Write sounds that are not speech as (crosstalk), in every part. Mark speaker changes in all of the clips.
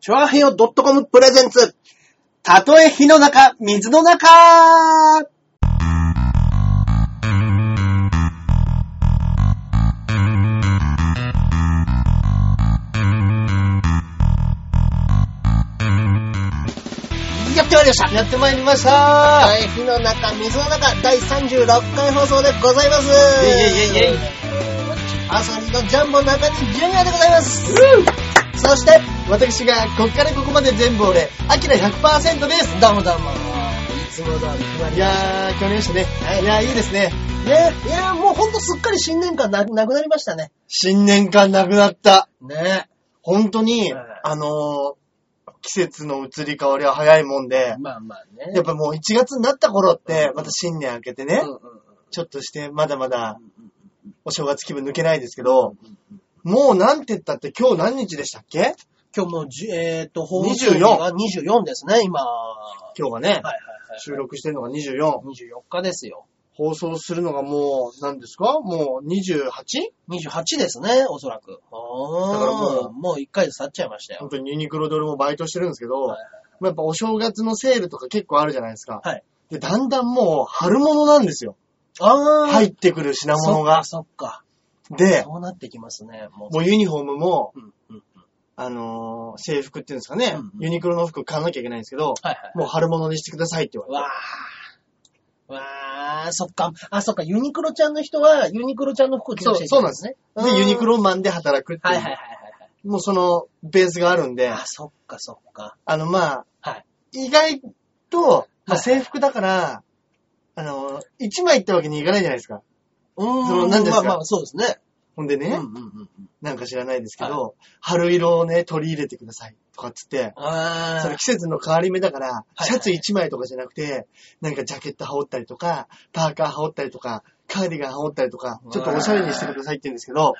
Speaker 1: チョアヘヨ .com プレゼンツ。たとえ火の中、水の中
Speaker 2: やってまいりました
Speaker 1: やってまいりました
Speaker 2: はい、火の中、水の中、第36回放送でございます
Speaker 1: いえいえいえい
Speaker 2: 朝日のジャンボ中にジュニアでございますそして、
Speaker 1: 私が、こっからここまで全部俺、アキラ100%ですどうもどうも。
Speaker 2: いつも通り決まり
Speaker 1: いやー、去年したね。いやー、いいですね。
Speaker 2: ね、いやもうほんとすっかり新年間ななくなりましたね。
Speaker 1: 新年間なくなった。
Speaker 2: ね
Speaker 1: 本当に、
Speaker 2: はい
Speaker 1: あのー、季節の移り変わりは早いもんで、
Speaker 2: まあまあね
Speaker 1: やっぱもう1月になった頃って、また新年明けてね
Speaker 2: うん、うん
Speaker 1: ちょっとして、まだまだ、お正月気分抜けないですけど、もうなんて言ったって今日何日でしたっけ
Speaker 2: 今日もじ、えっ、と、放送日
Speaker 1: 24
Speaker 2: が24ですね、今。は
Speaker 1: 今日が
Speaker 2: い
Speaker 1: ね
Speaker 2: は、い
Speaker 1: 収録してるのが24。
Speaker 2: はい。24日ですよ。
Speaker 1: 放送するのがもう、何ですかもう 28?
Speaker 2: 28ですね、おそらく。
Speaker 1: だからも
Speaker 2: ああ、
Speaker 1: う
Speaker 2: もう1回で去っちゃいましたよ
Speaker 1: 本。当にユニクロドルもバイトしてるんですけど、
Speaker 2: はい
Speaker 1: まあやっぱお正月のセールとか結構あるじゃないですか。
Speaker 2: はい
Speaker 1: で、だんだんもう春物なんですよ。
Speaker 2: ああ、
Speaker 1: 入ってくる品物が。
Speaker 2: そっか、そっ
Speaker 1: で
Speaker 2: か。、そうなってきますね、もう。
Speaker 1: もうユニフォームも、
Speaker 2: うんうん
Speaker 1: あのー制服っていうんですかね、
Speaker 2: うんうん
Speaker 1: ユニクロの服買わなきゃいけないんですけど、
Speaker 2: はいはい。
Speaker 1: もう春物にしてくださいって言われ
Speaker 2: わあ。わあ、そっか。あ、そっか。ユニクロちゃんの人は、ユニクロちゃんの服を着なくちゃいけい
Speaker 1: そう
Speaker 2: ね。
Speaker 1: て。で、ユニク
Speaker 2: ロ。
Speaker 1: ロマンで働くってい
Speaker 2: は
Speaker 1: う、
Speaker 2: いはいはいはい
Speaker 1: もうそのベースがあるんで
Speaker 2: はい。あ、、そっかそっか。
Speaker 1: あの、まあ、
Speaker 2: はい。
Speaker 1: 意外と、ま
Speaker 2: は
Speaker 1: あ、
Speaker 2: い
Speaker 1: 制服だから、あの、一枚ってわけにいかないじゃないですか。
Speaker 2: うーん
Speaker 1: その何ですか
Speaker 2: まあまあ、そうですね。
Speaker 1: ほんでね、
Speaker 2: うんうんうんうん。
Speaker 1: なんか知らないですけど、春色をね、取り入れてくださいとかっつって、
Speaker 2: あ
Speaker 1: その季節の変わり目だから、
Speaker 2: いはい
Speaker 1: シャツ一枚とかじゃなくて、なんかジャケット羽織ったりとか、パーカー羽織ったりとか、カーディガン羽織ったりとか、ちょっとおしゃれにしてくださいって言うんですけど、もう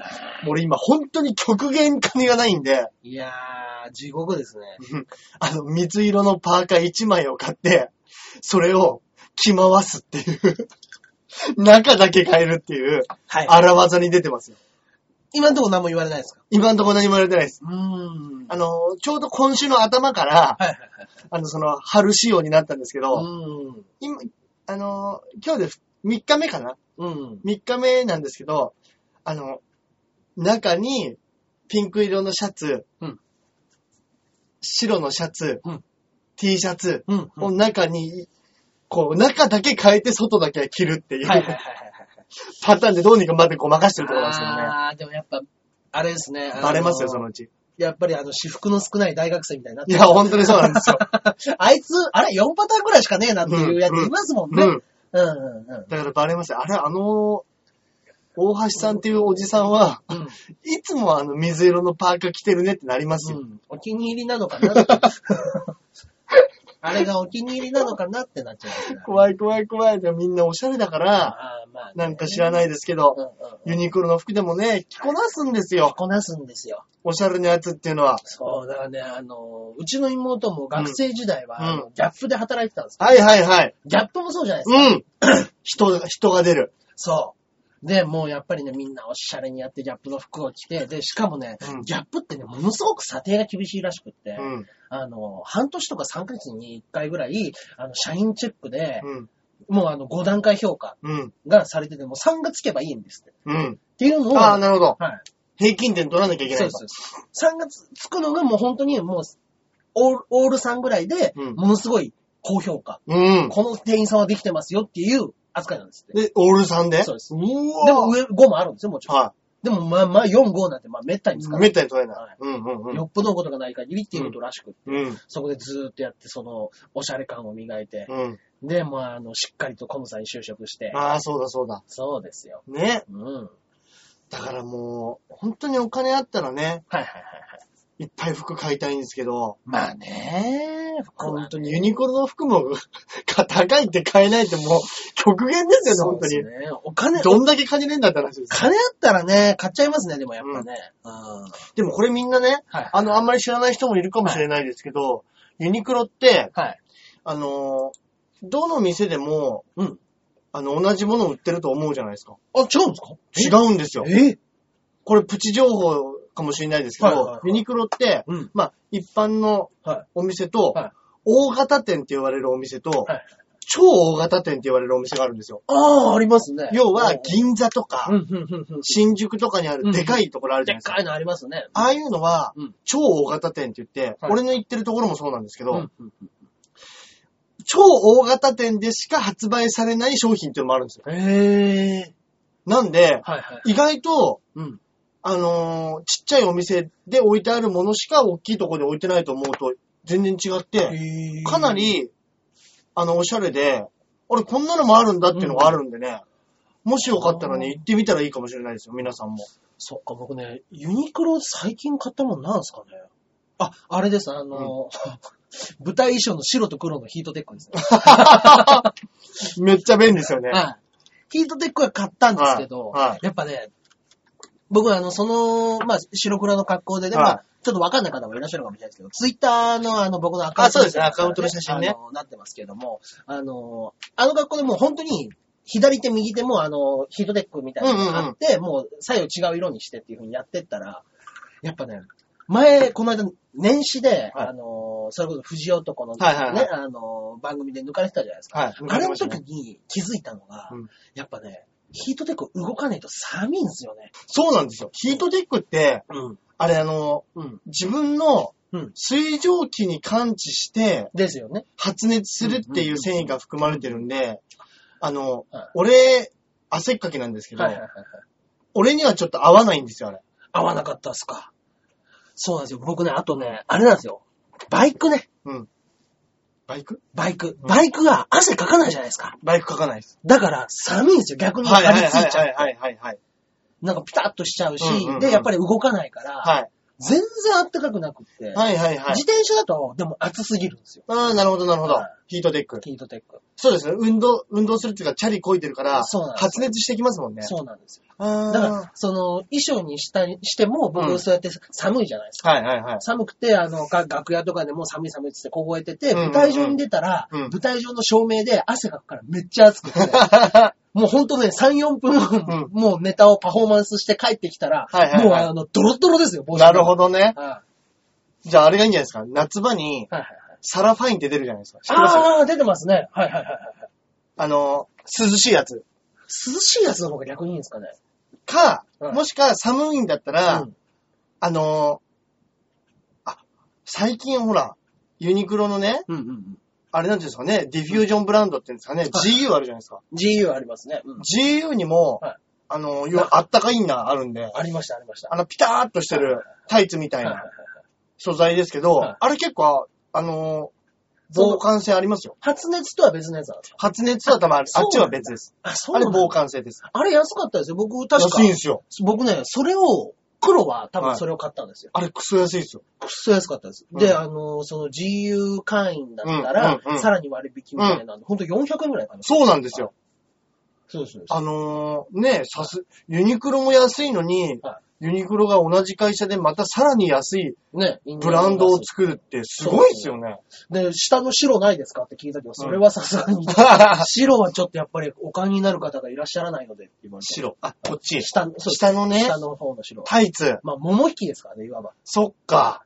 Speaker 1: 俺今本当に極限金がないんで、
Speaker 2: いやー、地獄ですね。
Speaker 1: あの、水色のパーカー1枚を買って、それを着回すっていう。 (laughs) 中だけ変えるっていう、
Speaker 2: はい。
Speaker 1: 荒技に出てますよ。
Speaker 2: 今のところ何も言われないですか
Speaker 1: 今んところ何も言われてないです。
Speaker 2: うーん。
Speaker 1: あの、ちょうど今週の頭から、
Speaker 2: はいはい
Speaker 1: あの、その、春仕様になったんですけ
Speaker 2: はい。
Speaker 1: ど、
Speaker 2: う
Speaker 1: 今、あの、今日で3日目かな
Speaker 2: ーん。うん。
Speaker 1: ?3 日目なんですけど、あの、中にピンク色のシャツ、
Speaker 2: うん
Speaker 1: 白のシャツ、
Speaker 2: うん
Speaker 1: T シャツ、
Speaker 2: うん。
Speaker 1: もう中に、こう、中だけ変えて外だけ着るっていう、
Speaker 2: はいはいはいはい。
Speaker 1: パターンでどうにかまでごまかしてるところなんですけどね。
Speaker 2: あー、でもやっぱ、あれですね。あのー
Speaker 1: バレますよ、そのうち。
Speaker 2: やっぱりあの、私服の少ない大学生みたいになっ
Speaker 1: い
Speaker 2: てる
Speaker 1: や、本当にそうなん
Speaker 2: (laughs)
Speaker 1: ですよ。
Speaker 2: あいつ、あれ、4パターンぐらいしかねえなっていうやついますもんね。
Speaker 1: う
Speaker 2: うんん。うんうん
Speaker 1: だからバレますよ。あれ、あの、大橋さんっていうおじさんは、
Speaker 2: うん。
Speaker 1: いつもあの水色のパーカー着てるねってなりますよ。
Speaker 2: うん。お気に入りなのかなって。あれがお気に入りなのかなってなっちゃいますね。
Speaker 1: 怖い怖い怖い。でもみんなおしゃれだから、
Speaker 2: ああ、まあね、
Speaker 1: なんか知ら
Speaker 2: い。
Speaker 1: ないですけ
Speaker 2: うん
Speaker 1: ど、
Speaker 2: うん。
Speaker 1: ユニクロの服でもね、着こなすんですよ。
Speaker 2: こなすんですよ。
Speaker 1: おしゃれなやつっていうのは。
Speaker 2: そう、だからね、あの、うちの妹も学生時代は、
Speaker 1: うん
Speaker 2: あのギャップで働いてたんですよ
Speaker 1: はいはいはい。
Speaker 2: ギャップもそうじゃないですか。
Speaker 1: うん。 (coughs) 人が、人が出る。
Speaker 2: そう。で、もうやっぱりね、みんなおしゃれにやってギャップの服を着て、で、しかもね、
Speaker 1: うん
Speaker 2: ギャップってね、ものすごく査定が厳しいらしくって、
Speaker 1: うん。
Speaker 2: あの、半年とか3ヶ月に1回ぐらい、あの、社員チェックで、
Speaker 1: うん。
Speaker 2: もうあの、5段階評価
Speaker 1: うん。
Speaker 2: がされてて、もう3がつけばいいんですって。っ
Speaker 1: うん。
Speaker 2: ていうのを、
Speaker 1: ああ、なるほど。
Speaker 2: はい。
Speaker 1: 平均点取らなきゃいけな
Speaker 2: そ
Speaker 1: いうと。
Speaker 2: そうそう。3がつつくのがもう本当にもう、オール、オール3ぐらいで、
Speaker 1: うん
Speaker 2: ものすごい高評価、
Speaker 1: うん。
Speaker 2: この店員さんはできてますよっていう扱いなんですって。
Speaker 1: で、オール3で
Speaker 2: そうです
Speaker 1: うわ
Speaker 2: でも上5もあるんですよ、もちろん。
Speaker 1: は
Speaker 2: でもまあまあ4、5なんてまあ滅多に
Speaker 1: い
Speaker 2: 使。う。
Speaker 1: めったに取れな。
Speaker 2: はい
Speaker 1: うんうんうん。
Speaker 2: よっぽどのことがない限りっていうことらしく、
Speaker 1: うん。
Speaker 2: そこでずーっとやって、その、おしゃれ感を磨いて、
Speaker 1: うん。
Speaker 2: で、まあ、あの、しっかりとコムさんに就職して、
Speaker 1: ああ、そうだそうだ。
Speaker 2: そうですよ。
Speaker 1: ね。
Speaker 2: うん。はい
Speaker 1: だからもう、本当にお金あったらね、
Speaker 2: はいはいはい。
Speaker 1: いっぱい服買いたいんですけど、
Speaker 2: まあね
Speaker 1: 本当にユニクロの服も (laughs) 高いって買えないってもう極限ですよね、本当
Speaker 2: そう
Speaker 1: に。
Speaker 2: ですね。お金、
Speaker 1: どんだけ金ねえんだって話です。
Speaker 2: 金あったらね、買っちゃいますね、でもやっぱね。うん。はい
Speaker 1: でもこれみんなね、
Speaker 2: はい。
Speaker 1: あの、あんまり知らない人もいるかもしれないですけど、ユニクロって、
Speaker 2: はい。
Speaker 1: あのー、どの店でも、
Speaker 2: うん
Speaker 1: あの、同じものを売ってると思うじゃないですか。
Speaker 2: あ、違うんですか
Speaker 1: 違うんですよ。
Speaker 2: え
Speaker 1: これプチ情報かもしれないですけど、
Speaker 2: はいはいはい
Speaker 1: ユニクロって、
Speaker 2: うん。
Speaker 1: まあ、一般の
Speaker 2: は
Speaker 1: お店と、
Speaker 2: はい
Speaker 1: 大型店って言われるお店と、
Speaker 2: はい
Speaker 1: 超大型店って言われるお店があるんですよ。
Speaker 2: ああ、ありますね。
Speaker 1: 要は、
Speaker 2: うん
Speaker 1: 銀座とか、
Speaker 2: うん、うん、うん、うん。
Speaker 1: 新宿とかにあるでかいところあるじ
Speaker 2: で
Speaker 1: ゃな
Speaker 2: っ
Speaker 1: いですか。
Speaker 2: かいのありますね。
Speaker 1: ああいうのは
Speaker 2: うん、
Speaker 1: 超大型店って言って、
Speaker 2: はい
Speaker 1: 俺の言ってるところもそうなんですけど、
Speaker 2: うんうん
Speaker 1: 超大型店でしか発売されない商品っていうのもあるんですよ。
Speaker 2: うん。へえ。
Speaker 1: なんで、
Speaker 2: はいはい。
Speaker 1: 意外と、
Speaker 2: うん。
Speaker 1: あのーちっちゃいお店で置いてあるものしか大きいところで置いてないと思うと全然違って、
Speaker 2: へえ
Speaker 1: かな、り、あの、おしゃれで、俺こんなのもあるんだっていうのがあるんでね、もしよかったらね、行ってみたらいいかもしれないですよ、皆さんも。
Speaker 2: そっか、僕ね、ユニクロ最近買ったもんなんすかね。あ、あれです、あの、 (laughs) 舞台衣装の白と黒のヒートテックですね。
Speaker 1: めっちゃ便利ですよね。
Speaker 2: はい。ヒートテックは買ったんですけど、
Speaker 1: はいはい
Speaker 2: やっぱね、僕はあの、その、まあ、白黒の格好でね、
Speaker 1: はい
Speaker 2: まあ、ちょっとわかんない方もいらっしゃるかもしれないですけど、ツイッターのあの、僕のアカウント
Speaker 1: あそうですねアカウントの写真ね
Speaker 2: あのなってますけども、あの、あの格好でもう本当に、左手右手もあの、ヒートテックみたいなのがあって、もう左右違う色にしてっていう風にやってったら、やっぱね、前、この間、年始で、
Speaker 1: はい
Speaker 2: あの、それこそ藤男のね、
Speaker 1: はいはいはい
Speaker 2: あの、番組で抜かれてたじゃないですか。
Speaker 1: はい。
Speaker 2: あれの時に気づいたのが、
Speaker 1: うん
Speaker 2: やっぱね、ヒートテック動かないと寒いんですよね。
Speaker 1: そうなんですよ。ヒートテックって、
Speaker 2: うん。
Speaker 1: あれあの、
Speaker 2: うん。
Speaker 1: 自分の
Speaker 2: うん。
Speaker 1: 水蒸気に感知して
Speaker 2: ですよね。
Speaker 1: 発熱するっていう繊維が含まれてるんで、あの
Speaker 2: はい、
Speaker 1: 俺、汗っかきなんですけど
Speaker 2: はい、はいはい。
Speaker 1: 俺にはちょっと合わないんですよ、あれ。
Speaker 2: 合わなかったっすか。そうなんですよ。僕ね、あとね、あれなんですよ。バイクね。
Speaker 1: うん。バイク
Speaker 2: バイク。
Speaker 1: うん
Speaker 2: バイクが汗かかないじゃないですか。
Speaker 1: バイク書かないです。
Speaker 2: だから寒いんですよ。逆に
Speaker 1: はい
Speaker 2: 張
Speaker 1: はい
Speaker 2: り付
Speaker 1: はい
Speaker 2: いちゃう。
Speaker 1: いはいはいはい。
Speaker 2: なんかピタッとしちゃうし、
Speaker 1: うんうんうん
Speaker 2: で、やっぱり動かないから、
Speaker 1: はい。
Speaker 2: 全然暖かくなくっ
Speaker 1: は
Speaker 2: て、
Speaker 1: いはいはい。
Speaker 2: 自転車だと、でも暑すぎるんですよ。
Speaker 1: ああ、なるほどなるほど
Speaker 2: はい。
Speaker 1: ヒートテック。
Speaker 2: ヒートテック。
Speaker 1: そうですね。運動、運動するっていうか、チャリ漕いでるから
Speaker 2: そうなん、です
Speaker 1: 発熱してきますもんね。
Speaker 2: そうなんですよ。
Speaker 1: あー
Speaker 2: だから、その、衣装にしたりしても、
Speaker 1: う
Speaker 2: 僕、
Speaker 1: ん
Speaker 2: そうやって寒いじゃないですか。
Speaker 1: はいはいはい。
Speaker 2: 寒くて、あの、が楽屋とかでも寒い寒いっつって凍えてて、
Speaker 1: うんうんうん
Speaker 2: 舞台上に出たら、
Speaker 1: うん
Speaker 2: 舞台上の照明で汗かくからめっちゃ暑くて、 (laughs) もうほんとね、3、4分、
Speaker 1: ん
Speaker 2: もうネタをパフォーマンスして帰ってきたら、
Speaker 1: はいはいはい
Speaker 2: もうあの、ドロッドロですよ、帽子
Speaker 1: なるほ
Speaker 2: ど。
Speaker 1: どね。
Speaker 2: はい
Speaker 1: じゃああれがいいんじゃないですか。夏場に、
Speaker 2: はいはい。
Speaker 1: サラファインって出るじゃないですか。知ってますあ
Speaker 2: あー、出てますね。はいはいはいはい。
Speaker 1: の、涼しいやつ。
Speaker 2: 涼しいやつの方が逆にいいんですかね。
Speaker 1: か、
Speaker 2: うん
Speaker 1: もしか寒いんだったら、
Speaker 2: うん
Speaker 1: あの、あ、最近ほら、ユニクロのね、
Speaker 2: うんうんうん。
Speaker 1: あれなんていうんですかね、ディフュージョンブランドっていうんですかね、GU あるじゃないですか。
Speaker 2: GU ありますね。うん。
Speaker 1: GU にも、
Speaker 2: はい
Speaker 1: あの、要はあったかいんなあるんで、
Speaker 2: ありました、ありました。
Speaker 1: あの、ピターっとしてるタイツみたい
Speaker 2: はいはい
Speaker 1: な素材ですけど、
Speaker 2: はい
Speaker 1: あれ結構、あの、
Speaker 2: そう
Speaker 1: 防寒性ありますよ。
Speaker 2: 発熱とは別のやつなんですか
Speaker 1: 発熱は多分あれ
Speaker 2: あ
Speaker 1: あっちは別です。
Speaker 2: あ、そ
Speaker 1: あれ防
Speaker 2: 僕
Speaker 1: 寒性です。
Speaker 2: あれ安かったですよ。僕、確か
Speaker 1: 安いん。ですよ。
Speaker 2: 僕ね、それを、黒は多
Speaker 1: は
Speaker 2: 分
Speaker 1: い
Speaker 2: それを買ったんですよ。
Speaker 1: あれクソ安いですよ。
Speaker 2: くっそ安かったです。
Speaker 1: うん
Speaker 2: で、あの、その GU 会員だったら、
Speaker 1: うんうんうん
Speaker 2: さらに割引みたいなんで、ほんと400円くらいかな。
Speaker 1: そうなんですよ。
Speaker 2: そうですそうです。
Speaker 1: あのー、ね、さす、ユニクロも安いのに、
Speaker 2: は
Speaker 1: ユニクロが同じ会社でまたさらに安い
Speaker 2: ね、
Speaker 1: ブランドを作るってすごいですよね。
Speaker 2: で、下の白ないですかって聞いたけど、それはさすがに、白はちょっとやっぱりお金になる方がいらっしゃらないのでって言われて。
Speaker 1: 白。あ、こっち。
Speaker 2: 下の、そうです
Speaker 1: 下のね、
Speaker 2: 下の方の白は。
Speaker 1: タイツ。
Speaker 2: まあ、桃引きですからね、いわば。
Speaker 1: そっか。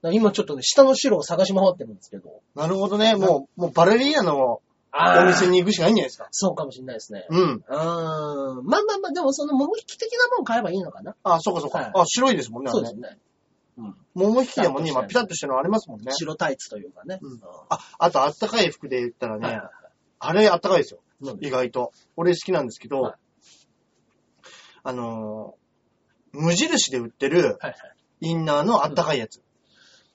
Speaker 2: だから今ちょっとね、下の白を探し回ってるんですけど。
Speaker 1: なるほどね。もう、もうバレリーナの
Speaker 2: あ
Speaker 1: お店に行くしかないんじゃないですか。
Speaker 2: そうかもしれないですね。
Speaker 1: うん。
Speaker 2: うーん。まあまあまあ、でもその桃引き的なもん買えばいいのかな。
Speaker 1: あ、そっかそっ
Speaker 2: はい
Speaker 1: か。あ、白いですもんね。あ
Speaker 2: そ
Speaker 1: れ
Speaker 2: う
Speaker 1: ね
Speaker 2: ですね。うん。
Speaker 1: 桃引きでもね、
Speaker 2: ピタッ
Speaker 1: 今
Speaker 2: としてる
Speaker 1: ピタッとしてるのありますもんね。
Speaker 2: 白タイツというかね。
Speaker 1: うん
Speaker 2: あ
Speaker 1: あ、あとあったかい服で言ったら
Speaker 2: ーはい
Speaker 1: ね
Speaker 2: は、
Speaker 1: あれあったかいですよ。
Speaker 2: いはい。
Speaker 1: 意外と。俺好きなんですけど、
Speaker 2: はい
Speaker 1: あのー無印で売ってる
Speaker 2: はいはい
Speaker 1: インナーのあったかいやつ。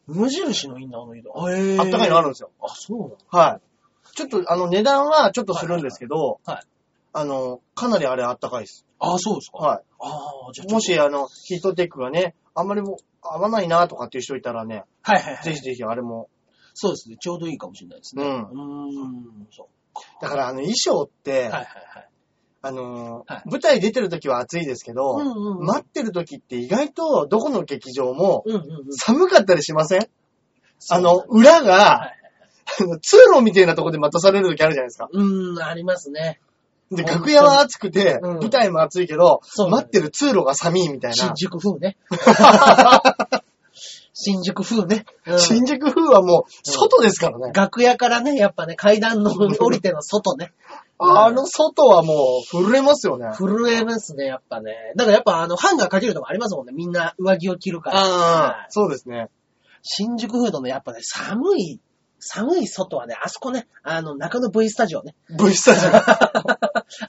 Speaker 2: 無印のインナーの色。あえ
Speaker 1: あったかいのあ
Speaker 2: る。
Speaker 1: るんですよ。
Speaker 2: あ、そうなの
Speaker 1: はい。ちょっと、あの、値段はちょっとするんですけど、
Speaker 2: はいはいはい
Speaker 1: あの、かなりあれあったかいです。
Speaker 2: あ、そうですか。
Speaker 1: は
Speaker 2: ああ、じゃあ
Speaker 1: い。も、し、あの、ヒートテックがね、あんまりもう合わないなとかっていう人いたらね、
Speaker 2: はいはいは
Speaker 1: ぜ
Speaker 2: い。
Speaker 1: ひぜひあれも。
Speaker 2: そうですね。ちょうどいいかもしれないです
Speaker 1: う。
Speaker 2: ね。うんーん、そ
Speaker 1: だから、あの、衣装っ
Speaker 2: う。
Speaker 1: て、
Speaker 2: はいはいはい。
Speaker 1: あのー
Speaker 2: はい
Speaker 1: 舞台出てる時は暑いですけど、
Speaker 2: うんうんうん
Speaker 1: 待ってる時って意外とどこの劇場も
Speaker 2: うんうんうん。
Speaker 1: 寒かったりしませんあの、
Speaker 2: そう
Speaker 1: 裏が、
Speaker 2: はい
Speaker 1: あの通路みたいなとこで待たされる時あるじゃないですか。
Speaker 2: うん、ありますね。
Speaker 1: で、楽屋は暑くて、
Speaker 2: うん
Speaker 1: 舞台も暑いけど、
Speaker 2: そうなん
Speaker 1: 待
Speaker 2: で
Speaker 1: ってる通路が寒いみたいな
Speaker 2: 新。宿風ね。 (laughs) 新宿風ね。うん
Speaker 1: 新宿風はもう、外ですからね。
Speaker 2: 楽屋からね、やっぱね、階段の降りての外ね。うん
Speaker 1: あの外はもう、震えますよね。
Speaker 2: 震えますね、やっぱね。だからやっぱあの、ハンガーかけるとかありますもんね。みんな上着を着るから。
Speaker 1: あ
Speaker 2: は
Speaker 1: あ
Speaker 2: い、
Speaker 1: そうですね。
Speaker 2: 新宿フードのやっぱね、寒い、寒い外はね、あそこね、あの、中野 V スタジオね。
Speaker 1: V スタジ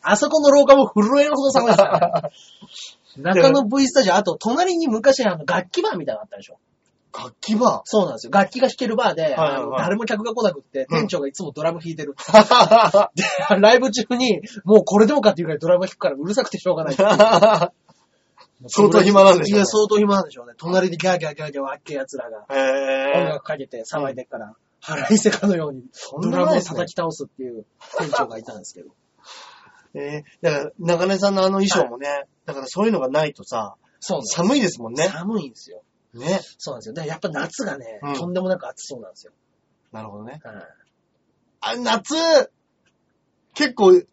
Speaker 2: あそこの廊下も震えるほど寒いですから、 (laughs) ね。中野 V スタジオ、あと、隣に昔あの、楽器バーみたいなのあったでし
Speaker 1: オ。
Speaker 2: ょ。
Speaker 1: 楽器 (laughs) は、
Speaker 2: そうなんですよ。楽器が弾けるバーで、
Speaker 1: はい
Speaker 2: あの
Speaker 1: はい
Speaker 2: 誰も客が来なくって、店長がいつもドラム弾いてる。 (laughs)
Speaker 1: は
Speaker 2: で、ライブ中に、もうこれでもかっていうぐらいドラム弾くからうるさくてしょうがない。
Speaker 1: 相当暇なんでしょうね
Speaker 2: いや、相当暇なんでしょうね。隣でギャーギャーギャーギャーわっけ奴らが、音
Speaker 1: へ
Speaker 2: 楽かけて騒いでっから、腹いせかのように、
Speaker 1: ん
Speaker 2: ド
Speaker 1: な前
Speaker 2: ラムを
Speaker 1: ですね
Speaker 2: 叩き倒すっていう店長がいたんですけど。
Speaker 1: え。えーだから、中根さんのあの衣装もね、だからそういうのがないとさ、
Speaker 2: そうなんです
Speaker 1: 寒いですもんね。
Speaker 2: 寒いんですよ。
Speaker 1: ね。
Speaker 2: そうなんですよ。だからやっぱ夏がね、
Speaker 1: うん
Speaker 2: とんでもなく暑そうなんですよ。
Speaker 1: なるほどね。
Speaker 2: はい
Speaker 1: あ、夏、結構、化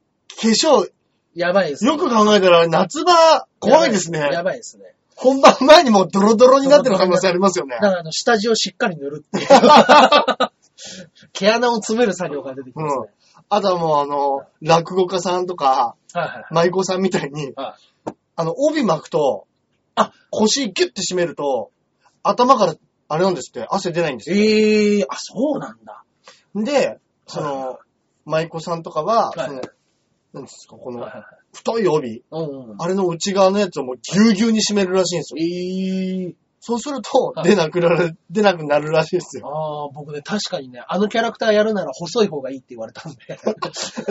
Speaker 1: 粧、
Speaker 2: やばいですね、
Speaker 1: よく考えたら夏場、怖いです
Speaker 2: やばや
Speaker 1: ね。
Speaker 2: ばいですね。
Speaker 1: 本番前にもうドロドロになってる可能性ありますよね
Speaker 2: だ。からあの、下地をしっかり塗るっ
Speaker 1: (laughs)
Speaker 2: ていう。毛穴を詰める作業が出てきますね。
Speaker 1: あとはもうあの、落語家さんとか、
Speaker 2: はいはいはい
Speaker 1: 舞妓さんみたいに、
Speaker 2: はい
Speaker 1: あの、帯巻くと、
Speaker 2: あ
Speaker 1: 腰ギュッて締めると、頭から、あれなんですって、汗出ないんですよ。
Speaker 2: ええあ、そうなんだ。
Speaker 1: で、そ
Speaker 2: はい
Speaker 1: の、舞妓さんとかは、
Speaker 2: はい
Speaker 1: その、なんですか、こ
Speaker 2: はい
Speaker 1: の
Speaker 2: はい、はい
Speaker 1: 太い帯、
Speaker 2: うんうん。
Speaker 1: あれの内側のやつをもうぎゅうぎゅうに締めるらしいんですよ。えー、そうすると、
Speaker 2: はい
Speaker 1: 出なくなる、出なくなるらしいです
Speaker 2: (laughs)
Speaker 1: よ。
Speaker 2: ああ、僕ね、確かにね、あのキャラクターやるなら細い方がいいって言われたんで。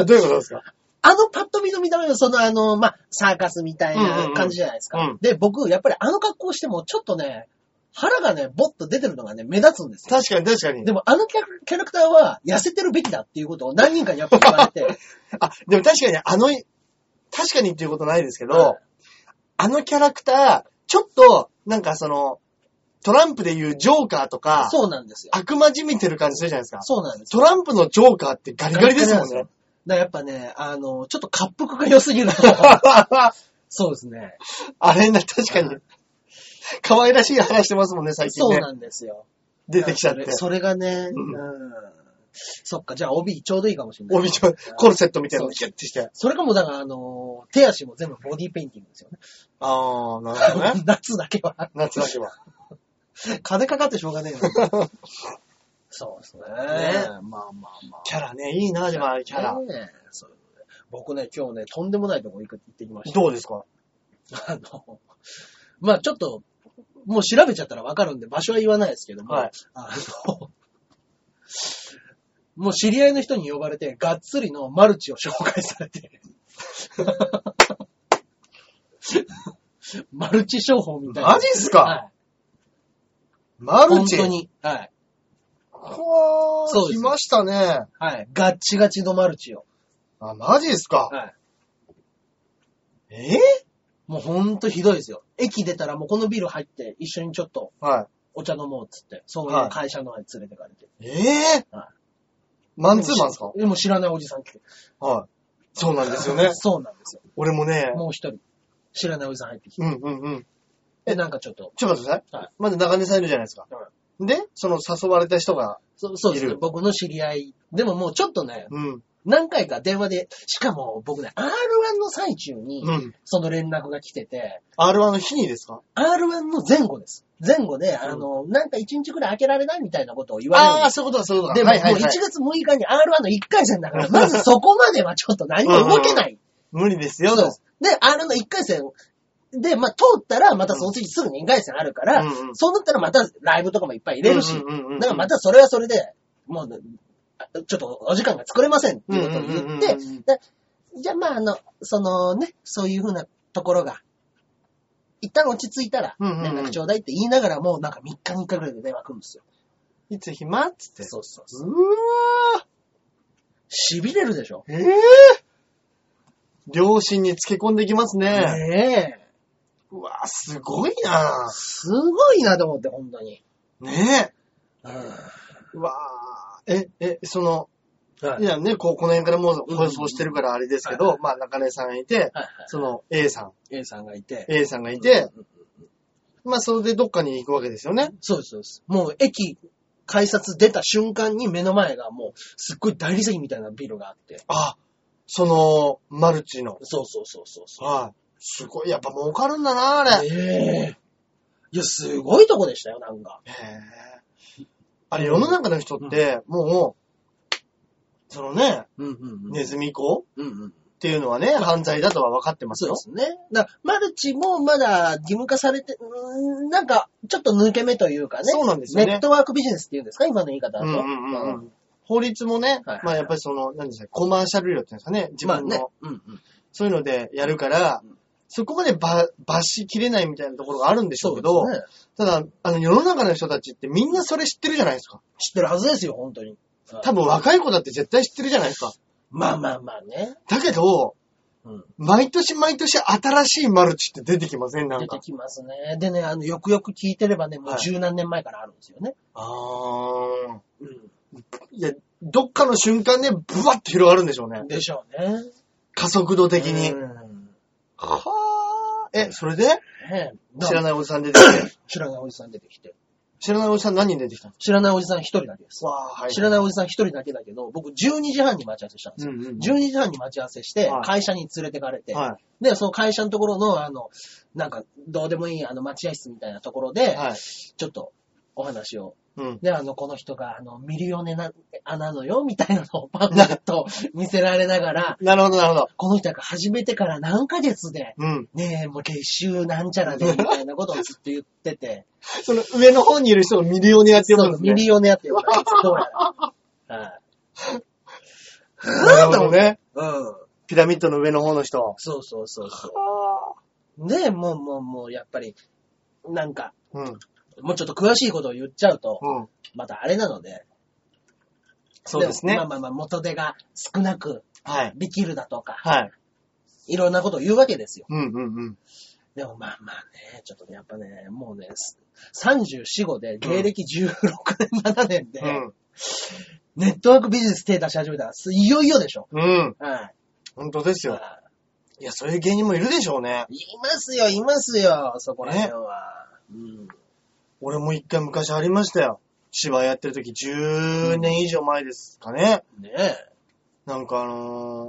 Speaker 1: どういうことですか
Speaker 2: あのパッと見の見た目の、そのあの、まあ、サーカスみたい
Speaker 1: うんうんう
Speaker 2: なん感じじゃないですか。
Speaker 1: うん
Speaker 2: で、僕、やっぱりあの格好しても、ちょっとね、腹がね、ぼっと出てるのがね、目立つんですよ。
Speaker 1: 確かに確かに
Speaker 2: で。も、あのキャラキャラクターは痩せてるべきだっていうことを何人かにやっぱ言われ
Speaker 1: (laughs)
Speaker 2: て。
Speaker 1: あ、でも確かにあの、確かにっていうことないですけど、
Speaker 2: はい
Speaker 1: あのキャラクター、ちょっと、なんかその、トランプで言うジョーカーとか、
Speaker 2: そうなんですよ。
Speaker 1: 悪魔じみてる感じするじゃないですか。
Speaker 2: そうなんですよ。
Speaker 1: トランプのジョーカーってガリガリですもん
Speaker 2: ガ
Speaker 1: ね
Speaker 2: リガリなんで。すよだからやっぱね、あの、ちょっと滑腹が良すぎるの。
Speaker 1: (laughs)
Speaker 2: そうですね。
Speaker 1: あれな、確かに。可愛らしい話してますもんね、最近
Speaker 2: そう
Speaker 1: ね。
Speaker 2: なんですよ。
Speaker 1: 出てきちゃって
Speaker 2: それ。それがね、
Speaker 1: う
Speaker 2: うんん。そっか、じゃあ帯ちょうどいいかもしれない。
Speaker 1: 帯ちょ、コルセットみたいなのキュッてして。
Speaker 2: それかもうだから、あのー、手足も全部ボディーペインティングですよね。
Speaker 1: あー、なるほどね。
Speaker 2: (laughs) 夏だけ
Speaker 1: (laughs)
Speaker 2: は。
Speaker 1: 夏だけは。
Speaker 2: 金かかってしょうがねえよ。
Speaker 1: (laughs)
Speaker 2: そうですね。まあまあまあ。
Speaker 1: キャラね、いいな、でもあれキャラ。
Speaker 2: ねえそういうことで僕ね、今日ね、とんでもないとこ行く行ってきました。
Speaker 1: どうですか
Speaker 2: あの、まあちょっと、もう調べちゃったらわかるんで、場所は言わないですけども、
Speaker 1: はい
Speaker 2: あの、もう知り合いの人に呼ばれて、がっつりのマルチを紹介されて、 (laughs) マルチ商法みたいな。
Speaker 1: マジっすか
Speaker 2: はい
Speaker 1: マル
Speaker 2: 本
Speaker 1: チ
Speaker 2: 当に。はい。
Speaker 1: ほ
Speaker 2: そ
Speaker 1: ー、
Speaker 2: うで
Speaker 1: 来
Speaker 2: す
Speaker 1: ましたね。
Speaker 2: はい。ガッチガチのマルチを。
Speaker 1: あ、マジですか。
Speaker 2: はい。
Speaker 1: え
Speaker 2: もうほんとひどいですよ。駅出たらもうこのビル入って、一緒にちょっと
Speaker 1: は
Speaker 2: お茶飲もうっつって、そうい
Speaker 1: はいう
Speaker 2: 会社の方に連れてかれて。
Speaker 1: い。えぇ
Speaker 2: はい
Speaker 1: マンツーマンですか
Speaker 2: でも知らないおじさん来て。。
Speaker 1: はい。そうなんですよね
Speaker 2: そうなんですよ。
Speaker 1: (laughs) 俺もね、
Speaker 2: もう一人。知らないおじさん入ってきて。
Speaker 1: うんうんうん。
Speaker 2: で、なんかちょっと。
Speaker 1: ちょっと待ってくださ。
Speaker 2: はい
Speaker 1: まだ中根さんいるじゃないですか
Speaker 2: は。
Speaker 1: で、その誘われた人が、
Speaker 2: そそうです
Speaker 1: い
Speaker 2: ね
Speaker 1: る。
Speaker 2: 僕の知り合い。でももうちょっとね、
Speaker 1: うん。
Speaker 2: 何回か電話で、しかも僕ね、R1 の最中に
Speaker 1: う、ん。
Speaker 2: その連絡が来てて、
Speaker 1: R1 の日にですか
Speaker 2: R1 の前後です。前後で、あの、なんか1日くらい開けられないみたいなことを言われるんです
Speaker 1: ああ、そういうことだ、そういうことだ。
Speaker 2: でも、
Speaker 1: はいはい
Speaker 2: もう1
Speaker 1: はい。
Speaker 2: 月6日に R1 の1回戦だから、まずそこまではちょっと何も動けない。
Speaker 1: 無理ですよ、
Speaker 2: そう
Speaker 1: と
Speaker 2: で。す。で、R1 の1回戦で、まあ、通ったら、またその次すぐ2回戦あるから、
Speaker 1: うんうん
Speaker 2: そうなったらまたライブとかもいっぱい入れるし、
Speaker 1: うんうんうんうん
Speaker 2: だからまたそれはそれで、もう、あちょっとお時間が作れませんっていうことを言って、
Speaker 1: うんうんうんうん
Speaker 2: でじゃあまあ、あの、そのね、そういうふうなところが、一旦落ち着いたら、
Speaker 1: うんうんうん
Speaker 2: 連絡ちょうだいって言いながら、もうなんか3日3日ぐらいで電話来るんですよ。
Speaker 1: いつ暇っつって。
Speaker 2: そうそうそう。
Speaker 1: うわー
Speaker 2: 痺れるでしょ
Speaker 1: ええ両親につけ込んできますね。
Speaker 2: ねえ。
Speaker 1: うわーすごいな
Speaker 2: すごいなと思って、本当に。
Speaker 1: ねえ。
Speaker 2: うん。
Speaker 1: うわーえ、え、その、
Speaker 2: はい
Speaker 1: いやね、こう、この辺からもう
Speaker 2: うん
Speaker 1: 放送してるからあれですけど、まあ、中根さんがいて、
Speaker 2: はい。
Speaker 1: その A さ
Speaker 2: A さんがい
Speaker 1: ん、。
Speaker 2: て
Speaker 1: A さんがいて、まあ、それでどっかに行くわけですよね。
Speaker 2: そうです、そうです。もう駅、改札出た瞬間に目の前がもう、すっごい大理石みたいなビルがあって。
Speaker 1: あ、その、マルチの。
Speaker 2: そうそうそうそうそう。
Speaker 1: はい。すごい、やっぱ儲かるんだな、あれ。
Speaker 2: ええいや、すごいとこでしたよ、なんか。
Speaker 1: へえあれ、世の中の人って、もう、そのね、
Speaker 2: うんうんう
Speaker 1: ネズミ子
Speaker 2: うんうん。
Speaker 1: っていうのはね、犯罪だとは分かってます
Speaker 2: そう
Speaker 1: よ
Speaker 2: で。すね。だからマルチもまだ義務化されて、うーんなんか、ちょっと抜け目というかね。
Speaker 1: そうなんですよね
Speaker 2: ネットワークビジネスっていうんですか今の言い方だと。
Speaker 1: うんうんうんう
Speaker 2: うん
Speaker 1: ん法律もね、
Speaker 2: はい
Speaker 1: まあやっぱりその、何ですか、コマーシャル料っていうんですかね、自
Speaker 2: まあ
Speaker 1: 分
Speaker 2: ね
Speaker 1: の、。
Speaker 2: うんうん。
Speaker 1: そういうのでやるから
Speaker 2: うん、
Speaker 1: そこまでば罰しきれないみたいなところがあるんでしょうけど
Speaker 2: そう、ですね
Speaker 1: ただ、あの世の中の人たちってみんなそれ知ってるじゃないですか。
Speaker 2: 知ってるはずですよ、本当に。
Speaker 1: 多分若い子だって絶対知ってるじゃないですか。
Speaker 2: まあまあまあね。
Speaker 1: だけど、
Speaker 2: うん
Speaker 1: 毎年毎年新しいマルチって出てきませんなん
Speaker 2: 出
Speaker 1: か
Speaker 2: て。きますね。でね、あの、よくよく聞いてればね、もう
Speaker 1: はい
Speaker 2: 十何年前からあるんですよね。
Speaker 1: あー。
Speaker 2: う
Speaker 1: いや、どっかの瞬間ね、ブワッと広がるんでしょうね。
Speaker 2: でしょうね。
Speaker 1: 加速度的に。
Speaker 2: うん
Speaker 1: はー。え、それで
Speaker 2: ねえ
Speaker 1: 知らないおじさん出てきて。
Speaker 2: 知らないおじさん出てきて。
Speaker 1: 知らないおじさん何人出てきたの
Speaker 2: 知らないおじさん一人だけです。
Speaker 1: わー、はい。。
Speaker 2: 知らないいおじさん一人だけだけど、僕12時半に待ち合わせしたん
Speaker 1: う
Speaker 2: ですよ。
Speaker 1: んうん。
Speaker 2: 12時半に待ち合わせして
Speaker 1: は、い
Speaker 2: 会社に連れてかれて、
Speaker 1: は
Speaker 2: で、その会社のところの、あの、なんか、どうでもいい、あの、待合室みたいなところで
Speaker 1: い。、はい。
Speaker 2: ちょっと、お話を。
Speaker 1: うん。
Speaker 2: で、あの、この人が、あの、ミリオネな、あなのよ、みたいなのをパンフレットを見せられながら、
Speaker 1: なるほど、なるほど。
Speaker 2: この人が始めてから何ヶ月で、
Speaker 1: うん。
Speaker 2: ねえ、もう月収なんちゃらで、みたいなことをずっと言ってて、
Speaker 1: その上の方にいる人をミリオネアって呼ぶんですね。
Speaker 2: ミリオネアって呼ばれてどうやら。はい。
Speaker 1: なるほどね。
Speaker 2: うん。
Speaker 1: ピラミッドの上の方の人。
Speaker 2: そうそうそうそう。で、もうもうもう、やっぱり、なんか、
Speaker 1: うん。
Speaker 2: もうちょっと詳しいことを言っちゃうと、
Speaker 1: うん。
Speaker 2: またあれなので、
Speaker 1: そうですね
Speaker 2: も。まあまあまあ、元手が少なく、
Speaker 1: はい。
Speaker 2: できるだとか、
Speaker 1: はい。
Speaker 2: いろんなことを言うわけですよ。
Speaker 1: うんうんうん。
Speaker 2: でもまあまあね、ちょっとね、やっぱね、もうね、34、5で、芸歴16年、7年で、
Speaker 1: うん。
Speaker 2: ネットワークビジネス手出し始めたら、すいよいよでしょ。
Speaker 1: うん。
Speaker 2: はい。
Speaker 1: 本当ですよ。
Speaker 2: はい
Speaker 1: や、そういう芸人もいるでしょうね。
Speaker 2: いますよ、いますよ、そこら辺は。うん。
Speaker 1: 俺も一回昔ありましたよ。芝居やってる時10年以上前ですかね。
Speaker 2: ねえ。
Speaker 1: なんかあの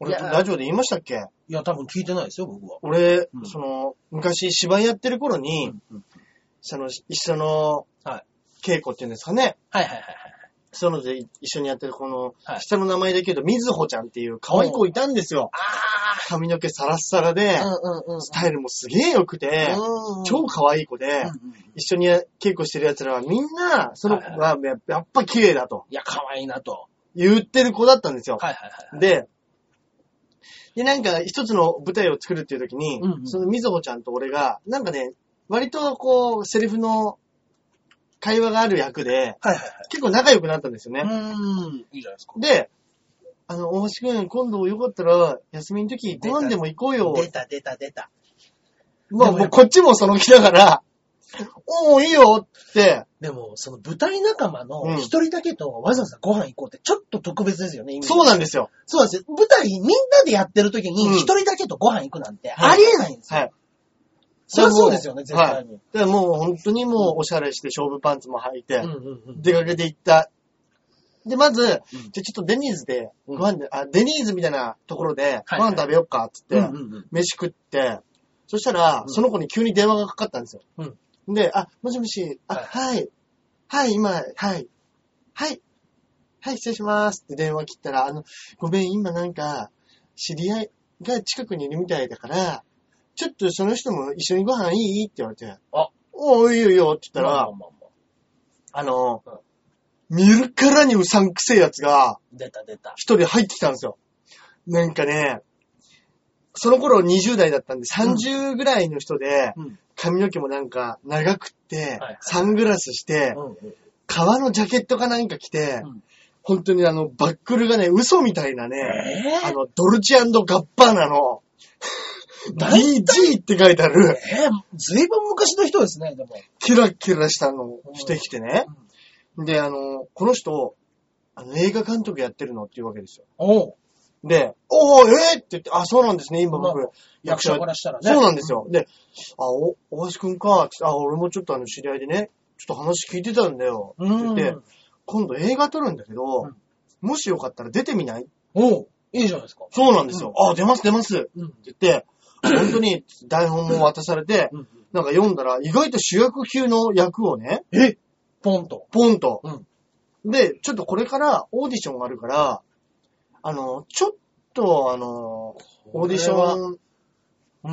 Speaker 1: ー、俺、
Speaker 2: いや
Speaker 1: ラジオで言いましたっけ
Speaker 2: いや、多分聞いてないですよ、僕は。
Speaker 1: 俺、
Speaker 2: うん
Speaker 1: その、昔芝居やってる頃に、
Speaker 2: うん
Speaker 1: その、一緒の
Speaker 2: はい、
Speaker 1: 稽古っていうんですかね。
Speaker 2: はいはいはいはい。
Speaker 1: そういうので一緒にやってるこの、
Speaker 2: はい
Speaker 1: 下の名前だけど、みずほちゃんっていう可愛い子いたんですよ。髪の毛サラッサラで、
Speaker 2: うんうんうん。
Speaker 1: スタイルもすげえ良くて、
Speaker 2: うん
Speaker 1: 超可愛い子で、
Speaker 2: うんうん
Speaker 1: 一緒に稽古してる奴らはみんな、その子がややっぱ綺麗だと
Speaker 2: いや、可愛いなと。
Speaker 1: 言ってる子だったんですよ。
Speaker 2: はいはいはい。
Speaker 1: で、で、なんか一つの舞台を作るっていう時に、
Speaker 2: うんうん
Speaker 1: そのみずほちゃんと俺が、なんかね、割とこう、セリフの会話がある役で、
Speaker 2: はいは
Speaker 1: 結構仲良くなったんですよ
Speaker 2: い
Speaker 1: ね。
Speaker 2: はい。うん。いいじゃないですか。
Speaker 1: で、あの、大橋くん、今度よかったら、休みの時、ご飯でも行こうよ。
Speaker 2: 出た出た出た。
Speaker 1: まあ、
Speaker 2: でも
Speaker 1: もうこっちもその気だ
Speaker 2: (laughs)
Speaker 1: から、おーいいよって、
Speaker 2: でも、その舞台仲間
Speaker 1: う
Speaker 2: の
Speaker 1: ん
Speaker 2: 一人だけとわざわざご飯行こうってちょっと特別ですよね、意味
Speaker 1: そうなんですよ。
Speaker 2: そうなんですよ。舞台みんなでやってる時
Speaker 1: うん
Speaker 2: に一人だけとご飯行くなんて
Speaker 1: はい
Speaker 2: ありえないんですよ。
Speaker 1: はい。
Speaker 2: そりゃそうですよね、
Speaker 1: で
Speaker 2: 絶
Speaker 1: も
Speaker 2: 対に。
Speaker 1: はい。で、もう本当にもうおしゃれして勝負パンツも履いて、
Speaker 2: うんうんうん。
Speaker 1: 出かけて行った。で、まず、
Speaker 2: う
Speaker 1: じゃ
Speaker 2: ん
Speaker 1: あちょっとデニーズで、
Speaker 2: うん
Speaker 1: ご飯で、あ、デニーズみたいなところで、ご
Speaker 2: はい
Speaker 1: 飯食べよっか、つって、
Speaker 2: うんうんうん
Speaker 1: 飯食って、そしたら、
Speaker 2: うん
Speaker 1: その子に急に電話がかかったんですよ。で、あ、もしもし、あ、はい、はい、今、はい、はい、はい、失礼しますって電話切ったら、あの、ごめん、今なんか、知り合いが近くにいるみたいだから、ちょっとその人も一緒にご飯いいって言われて、
Speaker 2: あ、
Speaker 1: おういいよいいよって言った
Speaker 2: ま
Speaker 1: ら
Speaker 2: あまあ、まあまあ
Speaker 1: あの、見るからにうさんくせえやつが、
Speaker 2: 出た出た。
Speaker 1: 一人入ってきたんですよ。なんかね、その頃20代だったんで、30ぐらいの人で、
Speaker 2: うん
Speaker 1: 髪の毛もなんか長くって
Speaker 2: はい、
Speaker 1: サングラスして、
Speaker 2: うんうん。
Speaker 1: 革のジャケットかなんか着て
Speaker 2: うん、
Speaker 1: 本当にあの、バックルがね、嘘みたいなね、
Speaker 2: え
Speaker 1: あの、ドルチアンドガッバーナの、
Speaker 2: 大
Speaker 1: DG って書いてある、
Speaker 2: えー、ずいぶん昔の人ですね、でも。
Speaker 1: キラキラしたのをしてきてね
Speaker 2: う。
Speaker 1: で、あの、この人、あの、映画監督やってるのっていうわけですよ。
Speaker 2: おう。
Speaker 1: で、おー、えー、って言って、あ、そうなんですね、今
Speaker 2: ま
Speaker 1: 僕、
Speaker 2: 役
Speaker 1: 役
Speaker 2: 者
Speaker 1: 者
Speaker 2: からしたらね。
Speaker 1: そうなんですよ。で、あ、お、大橋くんか、つってあ、俺もちょっとあの、知り合いでね、ちょっと話聞いてたんだよ。
Speaker 2: う
Speaker 1: って言
Speaker 2: ん。
Speaker 1: って、今度映画撮るんだけど、
Speaker 2: うん
Speaker 1: もしよかったら出てみない
Speaker 2: おう。いいじゃないですか。
Speaker 1: そうなんですよ。あ、出ます出ますって
Speaker 2: うん。
Speaker 1: 言って、本当に台本も渡されて、
Speaker 2: うん。
Speaker 1: なんか読んだら、意外と主役級の役をね、
Speaker 2: えポンと。
Speaker 1: ポンと。
Speaker 2: うん
Speaker 1: で、ちょっとこれからオーディションがあるから、あの、ちょっと、あの、オーディション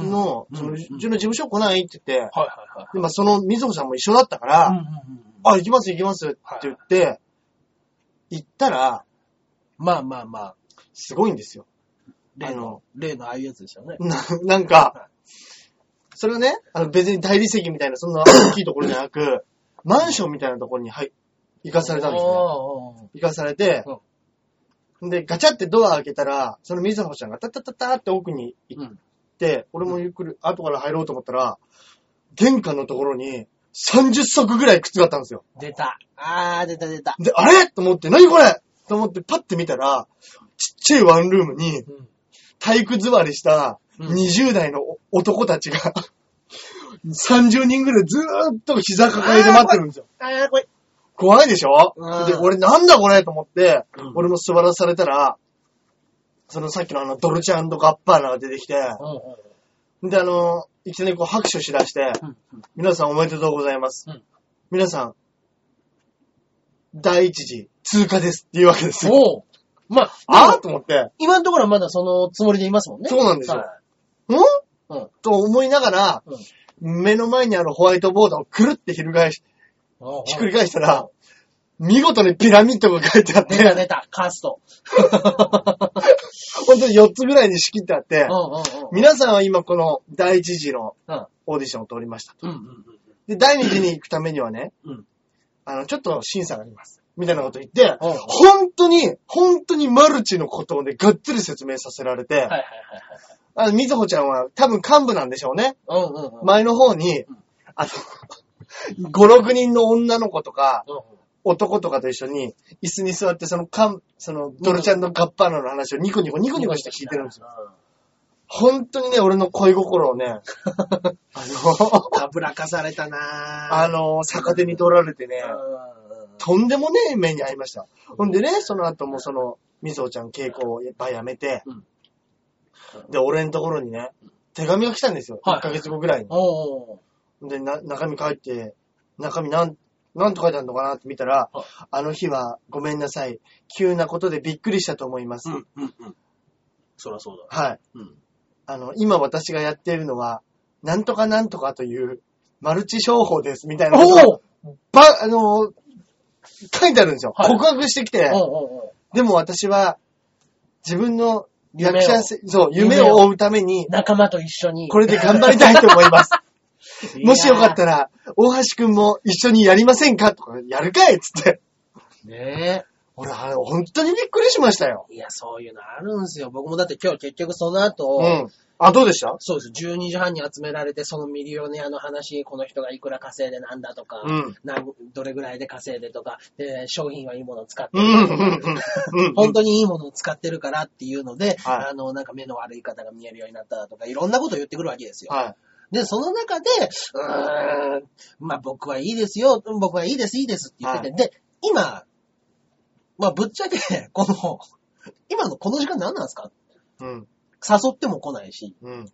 Speaker 2: ン
Speaker 1: の、
Speaker 2: うん
Speaker 1: その、
Speaker 2: うん
Speaker 1: うちの事務所来ないって言って、
Speaker 2: はいはいはい。
Speaker 1: でまあその、みずほさんも一緒だったから、
Speaker 2: うんうんうん
Speaker 1: あ、行きます行きますって言って、行ったら、
Speaker 2: まあまあまあ、
Speaker 1: すごいんですよ。
Speaker 2: 例
Speaker 1: あ
Speaker 2: の
Speaker 1: の、
Speaker 2: 例のああいうやつですよね。
Speaker 1: ななん
Speaker 2: は
Speaker 1: か、それはね、あの別に大理石みたいな、そんな大きいところじゃなく、マンションみたいなところに入、行かされたんですね。
Speaker 2: ね。
Speaker 1: 行かされて、で、ガチャってドア開けたら、その水穂ちゃんがタッタッタッタッって奥に行って、俺もゆっくり後から入ろうと思ったら、玄関のところに30足ぐらい靴があったんですよ。
Speaker 2: 出た。あー、出た出た。
Speaker 1: で、あれと思って、何これと思ってパッて見たら、ちっちゃいワンルームに
Speaker 2: うん。
Speaker 1: 体育座りした
Speaker 2: うん
Speaker 1: 20代のお男たちが、30人ぐらいずーっと膝抱えて待ってるんですよ。
Speaker 2: あー、これ。
Speaker 1: 怖いでしょ
Speaker 2: うん
Speaker 1: で、俺なんだこれと思って
Speaker 2: うん、
Speaker 1: 俺も座らされたら、そのさっきのあのドルチェガッパーナが出てきて、で、あの、いきなりこう拍手しだして、皆さんおめでとうございます。
Speaker 2: うん
Speaker 1: 皆さん、第一次通過ですっていうわけですよ。
Speaker 2: おう。まあ、
Speaker 1: あ
Speaker 2: あ
Speaker 1: あと思って、
Speaker 2: 今のところはまだそのつもりでいますもんね。
Speaker 1: そうなんですよ
Speaker 2: はい
Speaker 1: ん
Speaker 2: うん。
Speaker 1: と思いながら、
Speaker 2: うん
Speaker 1: 目の前にあるホワイトボードをくるってひるがえし、
Speaker 2: おうおう
Speaker 1: ひっくり返したら、見事にピラミッドが書いてあっ
Speaker 2: 出た
Speaker 1: て、
Speaker 2: 出た、カースト。
Speaker 1: (laughs) 本当に4つぐらいに仕切ってあって
Speaker 2: うん、うん
Speaker 1: 皆さんは今この第一次の
Speaker 2: うん。
Speaker 1: オーディションを通りました。
Speaker 2: うんうんうん。
Speaker 1: で、第二次に行くためにはね、
Speaker 2: うん
Speaker 1: あの、ちょっと審査があります。みたいなこと言って、
Speaker 2: うん
Speaker 1: 本当に、本当にマルチのことをね、がっつり説明させられて、
Speaker 2: はいはい
Speaker 1: あの、みずほちゃんは多分幹部なんでしょうね。
Speaker 2: はいはい。うんうんうん。
Speaker 1: 前の方に
Speaker 2: うん、
Speaker 1: あの、5、6人の女の子とか、
Speaker 2: うんうん
Speaker 1: 男とかと一緒に、椅子に座って、その、かん、その、ドルちゃんのガッパーナの話をニコニコニコニコして聞いてるんですよ。。本当にね、俺の恋心をね、あの、
Speaker 2: たぶらかされたな
Speaker 1: あの、逆手に取られてね、
Speaker 2: う
Speaker 1: とんでもねえ目に遭いました。ほんでね、その後もその、みずほちゃん稽古をいっぱいやめて、
Speaker 2: うん
Speaker 1: で、俺のところにね、手紙が来たんですよ。
Speaker 2: はい
Speaker 1: 1ヶ月後ぐらいに。
Speaker 2: おう
Speaker 1: で、な、中身書いて、中身なん、なんと書いてあるのかなって見たら、
Speaker 2: はい
Speaker 1: あの日はごめんなさい。急なことでびっくりしたと思います。
Speaker 2: んうんうん。そらそうだ。
Speaker 1: はい。
Speaker 2: うん。
Speaker 1: あの、今私がやっているのは、なんとかなんとかという、マルチ商法です、みたいなこと
Speaker 2: お
Speaker 1: を
Speaker 2: う
Speaker 1: ば、あの、書いてあるんですよ。
Speaker 2: はい
Speaker 1: 告白してきて、
Speaker 2: おうおう
Speaker 1: でも私は、自分の
Speaker 2: 夢を
Speaker 1: 役者せ、そう、夢を追うために、
Speaker 2: 仲間と一緒に。
Speaker 1: これで頑張りたいと思い
Speaker 2: (laughs)
Speaker 1: ます。
Speaker 2: れ
Speaker 1: もしよかったら、大橋くんも一緒にやりませんかとか、やるかいつって。
Speaker 2: ね
Speaker 1: 俺、あれ、本当にびっくりしましたよ。
Speaker 2: え。いや、そういうのあるんですよ。僕もだって今日結局その後、
Speaker 1: うん。あ、どうでした
Speaker 2: そうです。12時半に集められて、そのミリオネアの話、この人がいくら稼いでなんだとか、
Speaker 1: うん
Speaker 2: なんどれぐらいで稼いでとか、で、商品はいいものを使って
Speaker 1: う
Speaker 2: る
Speaker 1: ん、
Speaker 2: と
Speaker 1: う
Speaker 2: か
Speaker 1: ん、うんうん。
Speaker 2: 本当にいいものを使ってるからっていうので、
Speaker 1: はい
Speaker 2: あの、なんか目の悪い方が見えるようになったとか、いろんなことを言ってくるわけですよ。
Speaker 1: は
Speaker 2: で、その中で、うーん、まあ僕はいいですよ、僕はいいです、いいですって言ってて、で、今、まあぶっちゃけ、 (laughs) この、今のこの時間何なんですか
Speaker 1: い。うん、
Speaker 2: 誘っても来ないし、
Speaker 1: うん。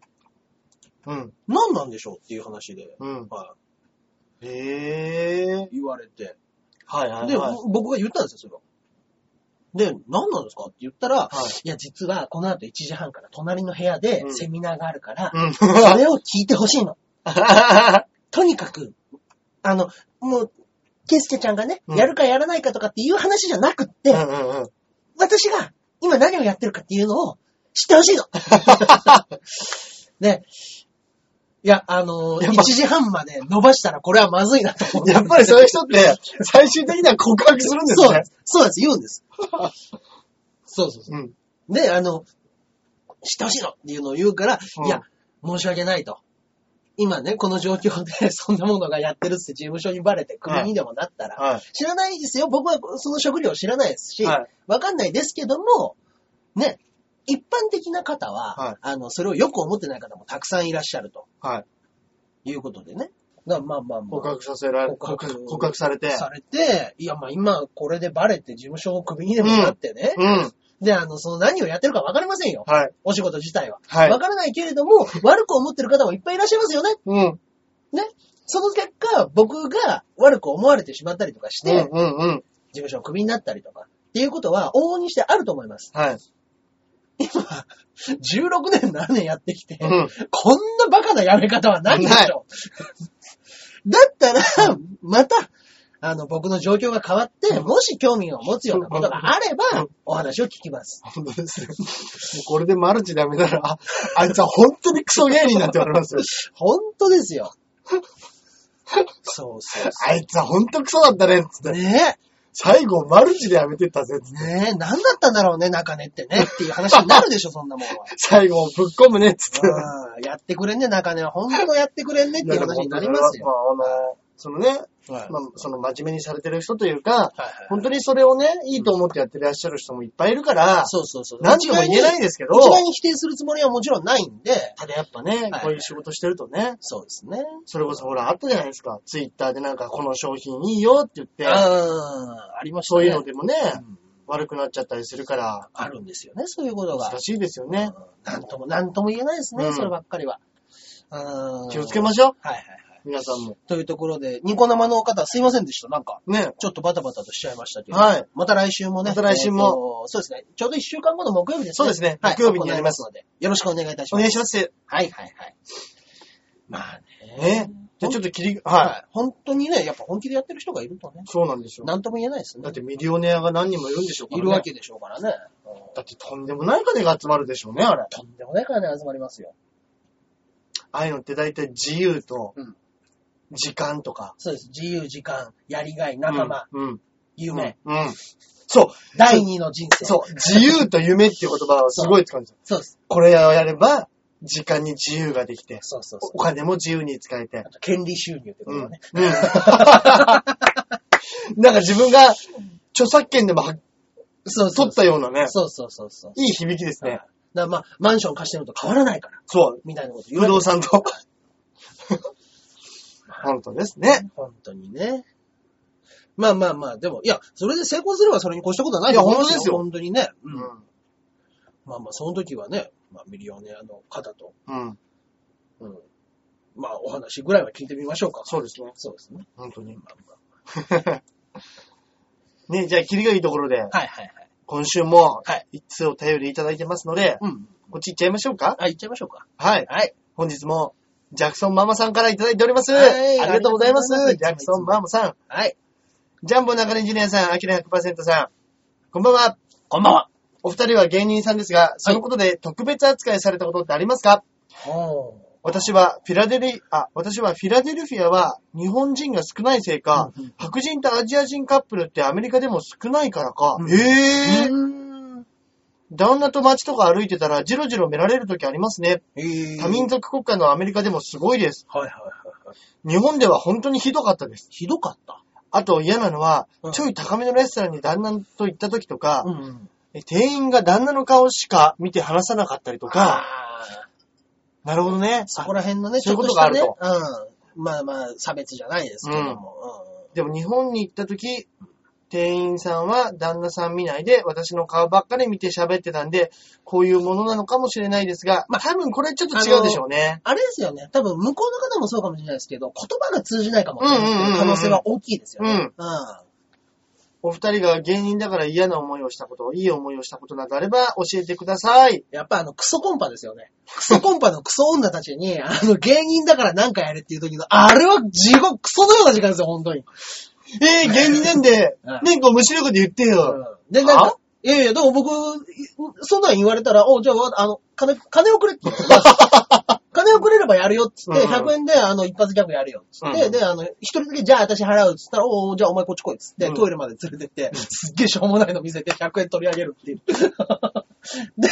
Speaker 1: うん、
Speaker 2: 何なんでしょうっていう話で、
Speaker 1: うん。
Speaker 2: は
Speaker 1: へえ。
Speaker 2: い、言われて。
Speaker 1: はい、はい、
Speaker 2: で、
Speaker 1: はい。
Speaker 2: ぼ僕が言ったんですよ、それは。で、何なんですかって言ったら、、
Speaker 1: はい
Speaker 2: や、実はこの後1時半から隣の部屋で
Speaker 1: うん
Speaker 2: セミナーがあるから、
Speaker 1: うん。
Speaker 2: それを聞いてほしいの。とにかく、あの、もう、ケイスケちゃんがね、
Speaker 1: うん
Speaker 2: やるかやらないかとかっていう話じゃなくって、
Speaker 1: うんうんうん
Speaker 2: 私が今何をやってるかっていうのを知って
Speaker 1: (laughs)
Speaker 2: ほしいの。ね。いや、あのー、
Speaker 1: やっ
Speaker 2: 1
Speaker 1: ぱ
Speaker 2: 時半まで伸ばしたらこれはまずいなと思って。
Speaker 1: やっぱりそういう人って、最終的には告白するんですね。
Speaker 2: そうなんです。そうなんです。言う
Speaker 1: (laughs)
Speaker 2: んです。そうそうそ
Speaker 1: うん。
Speaker 2: う。で、あの、知ってほしいのっていうのを言うから、
Speaker 1: うん
Speaker 2: いや、申し訳ないと。今ね、この状況で (laughs) そんなものがやってるって事務所にバレてクビにでもなったら、
Speaker 1: はい。
Speaker 2: 知らないですよ。僕はその職業知らないですし、
Speaker 1: はい
Speaker 2: わかんないですけども、ね、一般的な方は、
Speaker 1: はい
Speaker 2: あの、それをよく思ってない方もたくさんいらっしゃると
Speaker 1: はい。
Speaker 2: いうことでね。だからまあまあまあ。
Speaker 1: 告白させられ、
Speaker 2: 告白
Speaker 1: 告白されて。
Speaker 2: されて、いやまあ今これでバレて事務所をクビにでもなってね。
Speaker 1: うん。
Speaker 2: で、あの、その何をやってるかわかりませんよ。
Speaker 1: はい。
Speaker 2: お仕事自体は。
Speaker 1: はい
Speaker 2: わからないけれども、悪く思ってる方もいっぱいいらっしゃいますよね。
Speaker 1: うん。
Speaker 2: その結果、僕が悪く思われてしまったりとかして、
Speaker 1: うんうんうん。
Speaker 2: 事務所をクビになったりとか、っていうことは往々にしてあると思います。
Speaker 1: はい。
Speaker 2: 16年、7年やってきて、
Speaker 1: うん。
Speaker 2: こんなバカなやめ方はないでしょ。 (laughs) だったら、また、あの、僕の状況が変わって、もし興味を持つようなことがあれば、お話を聞きます。
Speaker 1: 本当ですね。もうこれでマルチダメなら、ああいつは本当にクソ芸人だって言われますよ。
Speaker 2: 本当で
Speaker 1: (laughs)
Speaker 2: すよ。そうそうそ
Speaker 1: あいつは本当クソだったね、つっ
Speaker 2: う。
Speaker 1: て。
Speaker 2: ね
Speaker 1: 最後、マルチでやめてったぜ、つって
Speaker 2: え、ねえ、なんだったんだろうね、中根ってね、っていう話になる
Speaker 1: (laughs)
Speaker 2: でしょ、そんなもんは。
Speaker 1: 最後、ぶっ込むね、つって。
Speaker 2: うんやってくれんね、中根は。本当やってくれんねっていう話になりますよ。
Speaker 1: まあ、あの、そのね、
Speaker 2: はい
Speaker 1: まあ、その真面目にされてる人というか、
Speaker 2: はいはい
Speaker 1: 本当にそれをね、いいと思ってやってらっしゃる人もいっぱいいるから、
Speaker 2: そうそうそう。
Speaker 1: 何とも言えないんですけど、
Speaker 2: 一概に否定するつもりはもちろんないんで、
Speaker 1: ただやっぱね、
Speaker 2: はい
Speaker 1: こういう仕事してるとね、
Speaker 2: そうですね。
Speaker 1: それこそほら、あったじゃないですか。ツイッターでなんか、この商品いいよって言って、
Speaker 2: あーありました
Speaker 1: そ
Speaker 2: ね。
Speaker 1: ういうのでもね、
Speaker 2: うん
Speaker 1: 悪くなっちゃったりするから、
Speaker 2: あるんですよね、そういうことが。
Speaker 1: 難しいですよね。
Speaker 2: なんとも、なんとも言えないですね、
Speaker 1: うん
Speaker 2: そればっかりは。うん
Speaker 1: 気をつけましょう。
Speaker 2: はいはいはい。
Speaker 1: 皆さんも。
Speaker 2: というところで、ニコ生の方すいませんでした、なんか。
Speaker 1: ね。
Speaker 2: ちょっとバタバタとしちゃいましたけど。
Speaker 1: はい。
Speaker 2: また来週もね。
Speaker 1: また来週も
Speaker 2: えーとそうですね。ちょうど1週間後の木曜日です
Speaker 1: そ
Speaker 2: ね。
Speaker 1: うですね
Speaker 2: はい、
Speaker 1: 木曜日にやります
Speaker 2: 行いので。よろしくお願いいたし
Speaker 1: お
Speaker 2: ます。
Speaker 1: 願いします。
Speaker 2: はいはいはい。まあね。
Speaker 1: ね。じゃあちょっと切り、
Speaker 2: はい、
Speaker 1: はい。
Speaker 2: 本当にね、やっぱ本気でやってる人がいるとね、
Speaker 1: そうなんですよ。
Speaker 2: なんとも言えないです
Speaker 1: だ
Speaker 2: ね
Speaker 1: っ。てミリオネアが何人もいるんでしょうから
Speaker 2: い
Speaker 1: ね。
Speaker 2: るわけでしょうからね。うん
Speaker 1: だってとんでもない金が集まるでしょうね、あれ。あ
Speaker 2: とんでもないからね、集まりますよ。
Speaker 1: あいうのって大体自由と
Speaker 2: うん、
Speaker 1: 時間とか。
Speaker 2: そうです。自由、時間、やりがい、仲間、
Speaker 1: うん。うん。
Speaker 2: 夢、
Speaker 1: うん。そう。
Speaker 2: 第二の人生。
Speaker 1: そう。自由と夢っていう言葉をすごい使うんです
Speaker 2: (laughs)
Speaker 1: よ。
Speaker 2: そうです。
Speaker 1: これをやれば、時間に自由ができて、
Speaker 2: そうそうそう。
Speaker 1: お金も自由に使えて
Speaker 2: あ。と、権利収入って
Speaker 1: う
Speaker 2: こと
Speaker 1: ん。う
Speaker 2: だ
Speaker 1: ん
Speaker 2: ね。。 (laughs)
Speaker 1: なんか自分が著作権でもは
Speaker 2: そうそ
Speaker 1: 取
Speaker 2: う
Speaker 1: ったようなね、
Speaker 2: そうそうそうそう。
Speaker 1: いい響きです
Speaker 2: はいだ
Speaker 1: ね
Speaker 2: か。らまあ、マンション貸してるのと変わらないから、
Speaker 1: そう。
Speaker 2: みたいなこと言
Speaker 1: 不
Speaker 2: われ
Speaker 1: 動
Speaker 2: て
Speaker 1: 産と。 (laughs) 本当ですね。
Speaker 2: 本当にね。まあまあまあ、でも、いや、それで成功すればそれに越したことはない
Speaker 1: いや
Speaker 2: と思いま
Speaker 1: 本当ですよ
Speaker 2: 本当にね。うん。
Speaker 1: う
Speaker 2: まあまあ、その時はね、まあ、ミリオネアの方と、
Speaker 1: ん。うん。
Speaker 2: うん。まあ、お話ぐらいは聞いてみましょうか。
Speaker 1: そうですね。
Speaker 2: そうですね。
Speaker 1: 本当に。 (laughs)
Speaker 2: まあま
Speaker 1: ね、じゃあ、切りがいいところで、
Speaker 2: あはいはいはい。
Speaker 1: 今週も
Speaker 2: はい、
Speaker 1: 一通お便りいただいてますので、
Speaker 2: うん。
Speaker 1: こっち行っちゃいましょうか。
Speaker 2: あ、行っちゃいましょうか。
Speaker 1: はい。
Speaker 2: はい。
Speaker 1: 本日も、ジャクソンママさんからいただいております。
Speaker 2: はい
Speaker 1: ありがとうございます
Speaker 2: ありがとうございます。
Speaker 1: ジャクソンママさん、
Speaker 2: はい。
Speaker 1: ジャンボ中根ジュニアさん、アキラ100%さん、こんばんは。
Speaker 2: こんばんは。
Speaker 1: お二人は芸人さんですが、そのことで特別扱いされたことってありますか、
Speaker 2: ほ
Speaker 1: 私はフィラデル、あ、私はフィラデルフィアは日本人が少ないせいか
Speaker 2: うんうん、
Speaker 1: 白人とアジア人カップルってアメリカでも少ないからか。
Speaker 2: うんう
Speaker 1: えー
Speaker 2: ーん。
Speaker 1: 旦那と街とか歩いてたらジロジロ見られる時ありますね。
Speaker 2: えー
Speaker 1: 多民族国家のアメリカでもすごいです。
Speaker 2: はいはいはいはい。
Speaker 1: 日本では本当にひどかったです。
Speaker 2: ひどかった。
Speaker 1: あと嫌なのは
Speaker 2: うん、
Speaker 1: ちょい高めのレストランに旦那と行った時とか、
Speaker 2: ん。
Speaker 1: え店員が旦那の顔しか見て話さなかったりとか、
Speaker 2: あー
Speaker 1: なるほどね。
Speaker 2: そこら辺のね、
Speaker 1: そういうことがあると
Speaker 2: ちょっしたねうん。まあまあ、差別じゃないですけども。
Speaker 1: でも日本に行った時、店員さんは旦那さん見ないで、私の顔ばっかり見て喋ってたんで、こういうものなのかもしれないですが、まあ多分これちょっと違うでしょうね。
Speaker 2: あれですよね。多分、向こうの方もそうかもしれないですけど、言葉が通じないかもしれないっていう可能性は大きいですよね。うん。
Speaker 1: お二人が芸人だから嫌な思いをしたこと、いい思いをしたことなどあれば教えてください。
Speaker 2: やっぱあの、クソコンパですよね。クソコンパのクソ女たちに、あの、芸人だからなんかやれっていう時の、あれは地獄、クソのような時間ですよ、本当に。
Speaker 1: えー、芸人なん
Speaker 2: (laughs)
Speaker 1: で
Speaker 2: うん、
Speaker 1: なんか面白いこと言って
Speaker 2: う
Speaker 1: よ。 (laughs)
Speaker 2: ん。で、なん
Speaker 1: は
Speaker 2: か、いやいや、でも僕、いそんなん言われたら、お、じゃあ、わあの、金、金をくれって
Speaker 1: (laughs)
Speaker 2: 言って金をくれればやるよっつって、
Speaker 1: うんうん
Speaker 2: 100円で、あの、一発ギャグやるよっつって、
Speaker 1: うん
Speaker 2: で、あの、一人だけ、じゃあ私払うっつったら、おお、じゃあお前こっち来いっつって、
Speaker 1: うん
Speaker 2: トイレまで連れてって、すっげえしょうもないの見せて100円取り上げるっていう。 (laughs) で、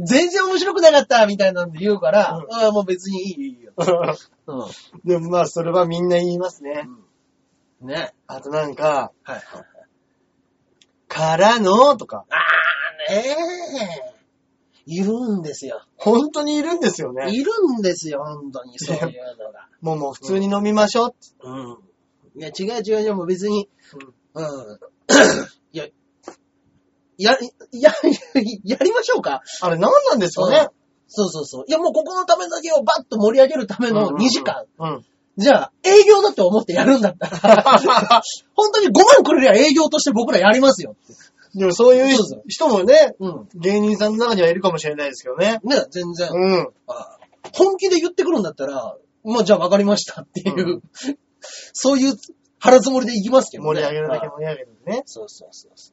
Speaker 2: 全然面白くなかったみたいなんで言うから、ああもう別にいいよいいよ。う
Speaker 1: でもまあ、それはみんな言いますね。
Speaker 2: ん。ね。
Speaker 1: あとなんか、
Speaker 2: はい。
Speaker 1: からのとか、
Speaker 2: ねえ。いるんですよ。
Speaker 1: 本当にいるんですよね。
Speaker 2: いるんですよ、本当に、そういうのが。
Speaker 1: もうもう普通に飲みましょう。
Speaker 2: うん。いや、違う違う違う、もう別に、うん。 (coughs) いや、や、や、 (laughs) やりましょうか。
Speaker 1: あれ何なんですかね
Speaker 2: そうそうそう。いや、もうここのためだけをバッと盛り上げるための2時間。。
Speaker 1: うん。
Speaker 2: じゃあ、営業だと思ってやるんだっ
Speaker 1: (laughs)
Speaker 2: たら、本当に5万くれりゃ営業として僕らやりますよ。
Speaker 1: (laughs) でもそういう
Speaker 2: そうそう
Speaker 1: 人もね、
Speaker 2: うん。
Speaker 1: 芸人さんの中にはいるかもしれないですけどね。
Speaker 2: ね、全然。
Speaker 1: うん。
Speaker 2: あ本気で言ってくるんだったら、まあじゃあ分かりましたっていう、
Speaker 1: う
Speaker 2: そういう腹積もりでいきますけどね。
Speaker 1: 盛り上げるだけ
Speaker 2: あ
Speaker 1: 盛り上げるね。
Speaker 2: そうそうそうそ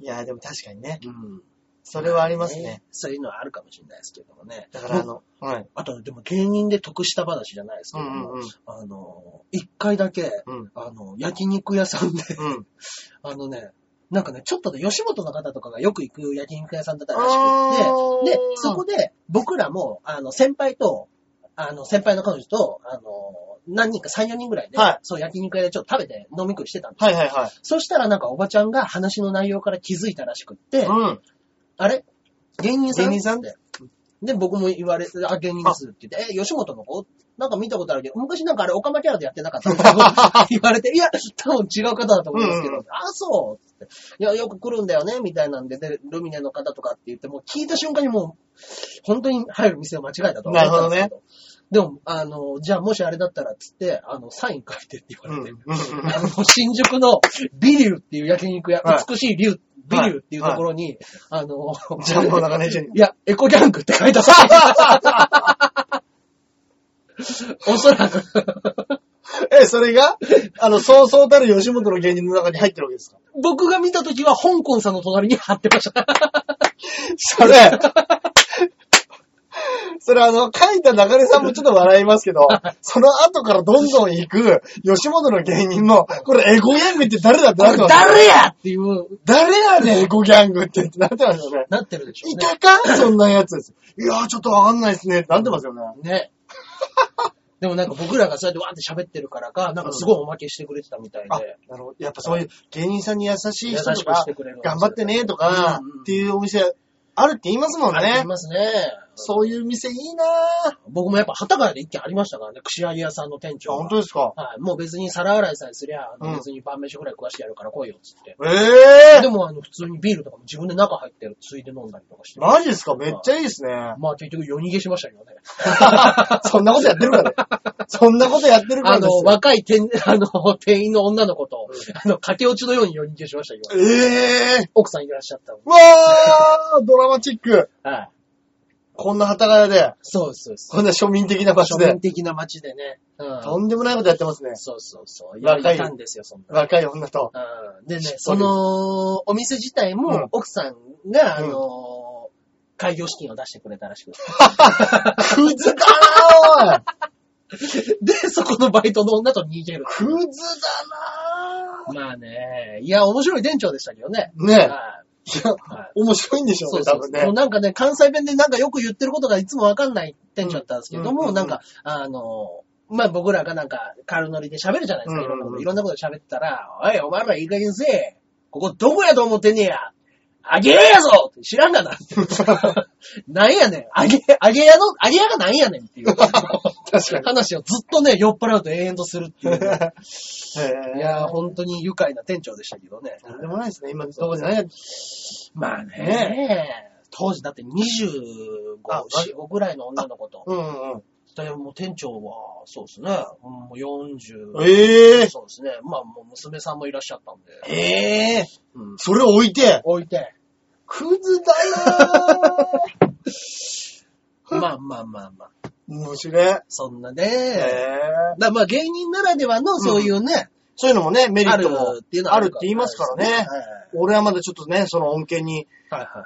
Speaker 1: いや、でも確かにね。
Speaker 2: う。うん。
Speaker 1: それはありますね。。
Speaker 2: そういうのはあるかもしれないですけどもね。
Speaker 1: だからあの、 (laughs) はい。
Speaker 2: あと、でも芸人で得した話じゃないですけ
Speaker 1: う
Speaker 2: ど
Speaker 1: ん
Speaker 2: も、
Speaker 1: うんうん。
Speaker 2: あの、一回だけ、
Speaker 1: うん。
Speaker 2: あの、焼肉屋さんで、
Speaker 1: うん。
Speaker 2: あのね、なんかね、ちょっとね、吉本の方とかがよく行く焼肉屋さんだったらし
Speaker 1: あ
Speaker 2: く
Speaker 1: ー
Speaker 2: って、で、そこで僕らも、あの、先輩と、あの、先輩の彼女と、あの、何人か3、4人ぐらいで、
Speaker 1: はい
Speaker 2: そう焼肉屋でちょっと食べて飲み食いしてたんです。
Speaker 1: はいはいは
Speaker 2: そしたらなんかおばちゃんが話の内容から気づいたらしくって、
Speaker 1: い。
Speaker 2: あれ芸人さん
Speaker 1: 芸人さん
Speaker 2: って。で、僕も言われて、あ、芸人ですって言って、え、吉本の子なんか見たことあるけど、昔なんかあれ、オカマキャラでやってなかった (laughs) 言われて、いや、多分違う方だと思うんですけど、
Speaker 1: うんう
Speaker 2: あ、そうっていや、よく来るんだよね、みたいなんで、で、ルミネの方とかって言って、もう聞いた瞬間にもう、本当に入る店を間違えたと思ったんですけど。
Speaker 1: なるほ
Speaker 2: でも、あの、じゃあもしあれだったら、つって、あの、サイン書いてって
Speaker 1: う
Speaker 2: 言わ
Speaker 1: ん。
Speaker 2: れ
Speaker 1: う (laughs)
Speaker 2: て、
Speaker 1: ん。うん
Speaker 2: あの、新宿のビリューっていう焼肉屋、
Speaker 1: はい
Speaker 2: 美しいビュー、ビリューっていうところに、あの、
Speaker 1: ジャンボ中根ジュニ
Speaker 2: いや、エコギャングって書いて
Speaker 1: (laughs)
Speaker 2: あった。おそらく。
Speaker 1: ア。 (laughs) え、それが、あの、そうそうたる吉本の芸人の中に入ってるわけですか
Speaker 2: 僕が見たときは、香港さんの隣に貼ってました。
Speaker 1: それ、それあの、書いた中根さんもちょっと笑いますけど、その後からどんどん行く吉本の芸人の、これエゴギャングって誰だってなってますよ
Speaker 2: 誰やっていう、
Speaker 1: 誰やねん、エゴギャングってってなってますよね。
Speaker 2: なってるでしょ
Speaker 1: いう
Speaker 2: ね。
Speaker 1: たかそんなやつです。いやー、ちょっとわかんないっすね。ってなってますよね。
Speaker 2: ね。でもなんか僕らがそうやってわーって喋ってるからか、なんかすごいおまけしてくれてたみたい
Speaker 1: あ
Speaker 2: で。、
Speaker 1: なるほど。やっぱそういう芸人さんに優しい
Speaker 2: 優し
Speaker 1: 人
Speaker 2: く
Speaker 1: とか
Speaker 2: してくれる、
Speaker 1: 頑張ってねとか
Speaker 2: うんうん、
Speaker 1: っていうお店あるって言いますもん
Speaker 2: あり
Speaker 1: ね。
Speaker 2: ますね。
Speaker 1: そういう店いいなぁ。
Speaker 2: 僕もやっぱ、旗からで一軒ありましたからね、串揚げ屋さんの店
Speaker 1: あ
Speaker 2: 長が。
Speaker 1: 本当ですか
Speaker 2: はい。もう別に皿洗いさえすりゃ、あの
Speaker 1: うん
Speaker 2: 別に晩飯ぐらい食わしてやるから来いよ、つって。
Speaker 1: え
Speaker 2: で
Speaker 1: え
Speaker 2: も、あの、普通にビールとかも自分で中入ってる、ついで飲んだりとかして。
Speaker 1: マジですかめっちゃいいですね。
Speaker 2: まあ結局夜逃げしましたけどね。
Speaker 1: (laughs) そんなことやってるからね。そんなことやってるか
Speaker 2: あ
Speaker 1: らで
Speaker 2: の、
Speaker 1: すよ。
Speaker 2: 若い店、 (laughs) あの、店員の女の子と、あの、駆け落ちのように夜逃げしましたけど、
Speaker 1: ええ
Speaker 2: 奥さんいらっしゃったので
Speaker 1: わードラマチック。
Speaker 2: はい。
Speaker 1: こんな旗ヶ谷で、
Speaker 2: そうです、そうです。
Speaker 1: こんな庶民的な場所
Speaker 2: 庶
Speaker 1: で
Speaker 2: 民、的な街でね。うん。
Speaker 1: とんでもないことやってますね。
Speaker 2: そうそうそう。や
Speaker 1: 若
Speaker 2: り
Speaker 1: い
Speaker 2: たんですよ、そんな。
Speaker 1: 若い女と。
Speaker 2: うんでね、
Speaker 1: そ
Speaker 2: そう
Speaker 1: です
Speaker 2: の、お店自体
Speaker 1: う
Speaker 2: も
Speaker 1: ん、
Speaker 2: 奥さんが、あ
Speaker 1: うん
Speaker 2: の、開業資金を出してくれたらしくて。 (laughs)
Speaker 1: クズだなぁ
Speaker 2: で、そこのバイトの女と逃げる。
Speaker 1: クズだな
Speaker 2: まあね、いや、面白い店長でしたけどね。
Speaker 1: ぁねえ。
Speaker 2: はい
Speaker 1: いや、
Speaker 2: はい
Speaker 1: 面白いんでしょう
Speaker 2: そう
Speaker 1: ね、
Speaker 2: そ
Speaker 1: 多
Speaker 2: う
Speaker 1: 分
Speaker 2: そう。
Speaker 1: ね
Speaker 2: もう。なんかね、関西弁でなんかよく言ってることがいつもわかんない店長だったんですけど
Speaker 1: うんうんうん
Speaker 2: も、
Speaker 1: うん
Speaker 2: なんか、あの、まあ僕らがなんか、軽ノリで喋るじゃないですか、いろんなこ
Speaker 1: うんうんう
Speaker 2: と。
Speaker 1: ん
Speaker 2: いろんなこと喋ってたら、おい、お前らいい加減せえ。ここどこやと思ってんねや。あげれやぞ知らんがな。なんやねん。あげ、あげやの、あげやがなんやねんっていう。
Speaker 1: (laughs) 確か
Speaker 2: 話をずっとね、酔っ払うと延々とするっていうね、
Speaker 1: に。
Speaker 2: いやー、本当に愉快な店長でしたけどね。
Speaker 1: なんでもないですね。今、どこじゃない
Speaker 2: まあね当時だって25、
Speaker 1: あ
Speaker 2: 4、5ぐらいの女の子と。
Speaker 1: うんうん
Speaker 2: でもう店長は、そうですね、うんもう40。
Speaker 1: うん。ええ
Speaker 2: そうですね。まあもう娘さんもいらっしゃったんで。
Speaker 1: ええ
Speaker 2: うん。
Speaker 1: それ置いて、
Speaker 2: 置いて。
Speaker 1: クズだなぁ
Speaker 2: (laughs) まあまあまあまあ。
Speaker 1: (laughs) 面白い。
Speaker 2: そんな
Speaker 1: え
Speaker 2: ね。
Speaker 1: え
Speaker 2: だからまあ芸人ならではのそういうね、
Speaker 1: そういうのもね、メリ
Speaker 2: あ
Speaker 1: ッ
Speaker 2: る
Speaker 1: トも
Speaker 2: っていうのは
Speaker 1: あるって言いますからね。
Speaker 2: はい
Speaker 1: 俺はまだちょっとね、その恩恵に
Speaker 2: はいはいはい。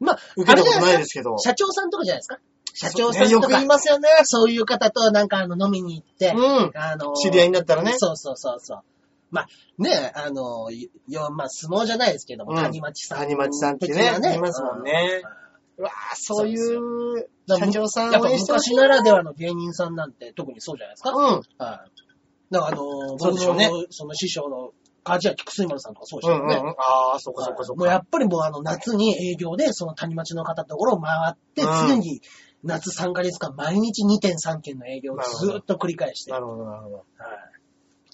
Speaker 2: まあ、。
Speaker 1: 受けたことないですすけど。
Speaker 2: 社長さんとかじゃないですか社長さ
Speaker 1: そうね
Speaker 2: んと
Speaker 1: よく
Speaker 2: か
Speaker 1: 言い、ますよね。
Speaker 2: そういう方となんかあの飲みに行って、
Speaker 1: うん。
Speaker 2: あのー
Speaker 1: 知り合いになったらね。
Speaker 2: そうそうそうそう。まあ、ね、あの、よ、まあ、相撲じゃないですけども、
Speaker 1: うん
Speaker 2: 谷町さん。
Speaker 1: 谷町さんって
Speaker 2: 的
Speaker 1: ね
Speaker 2: な、
Speaker 1: 言いますもんねう
Speaker 2: うん
Speaker 1: わあ、そういう、
Speaker 2: そう
Speaker 1: 社長さ
Speaker 2: や
Speaker 1: ん
Speaker 2: っぱ
Speaker 1: 応援してほし
Speaker 2: 昔
Speaker 1: い
Speaker 2: ならではの芸人さんなんて特にそうじゃないですか。
Speaker 1: うん。
Speaker 2: はい。だからあのー、
Speaker 1: そう
Speaker 2: 僕
Speaker 1: でしょうね
Speaker 2: のその師匠の梶谷菊水丸さんとかそうで
Speaker 1: う
Speaker 2: し
Speaker 1: ん
Speaker 2: たよ
Speaker 1: うん
Speaker 2: ね。
Speaker 1: うん。ああ、そうかそうかそう
Speaker 2: もう
Speaker 1: か。
Speaker 2: やっぱりもうあの夏に営業でその谷町の方のところを回って、
Speaker 1: うん
Speaker 2: 常に夏3ヶ月間毎日2.3件の営業をずーっと繰り返して。
Speaker 1: なるほど、なるほど。
Speaker 2: はい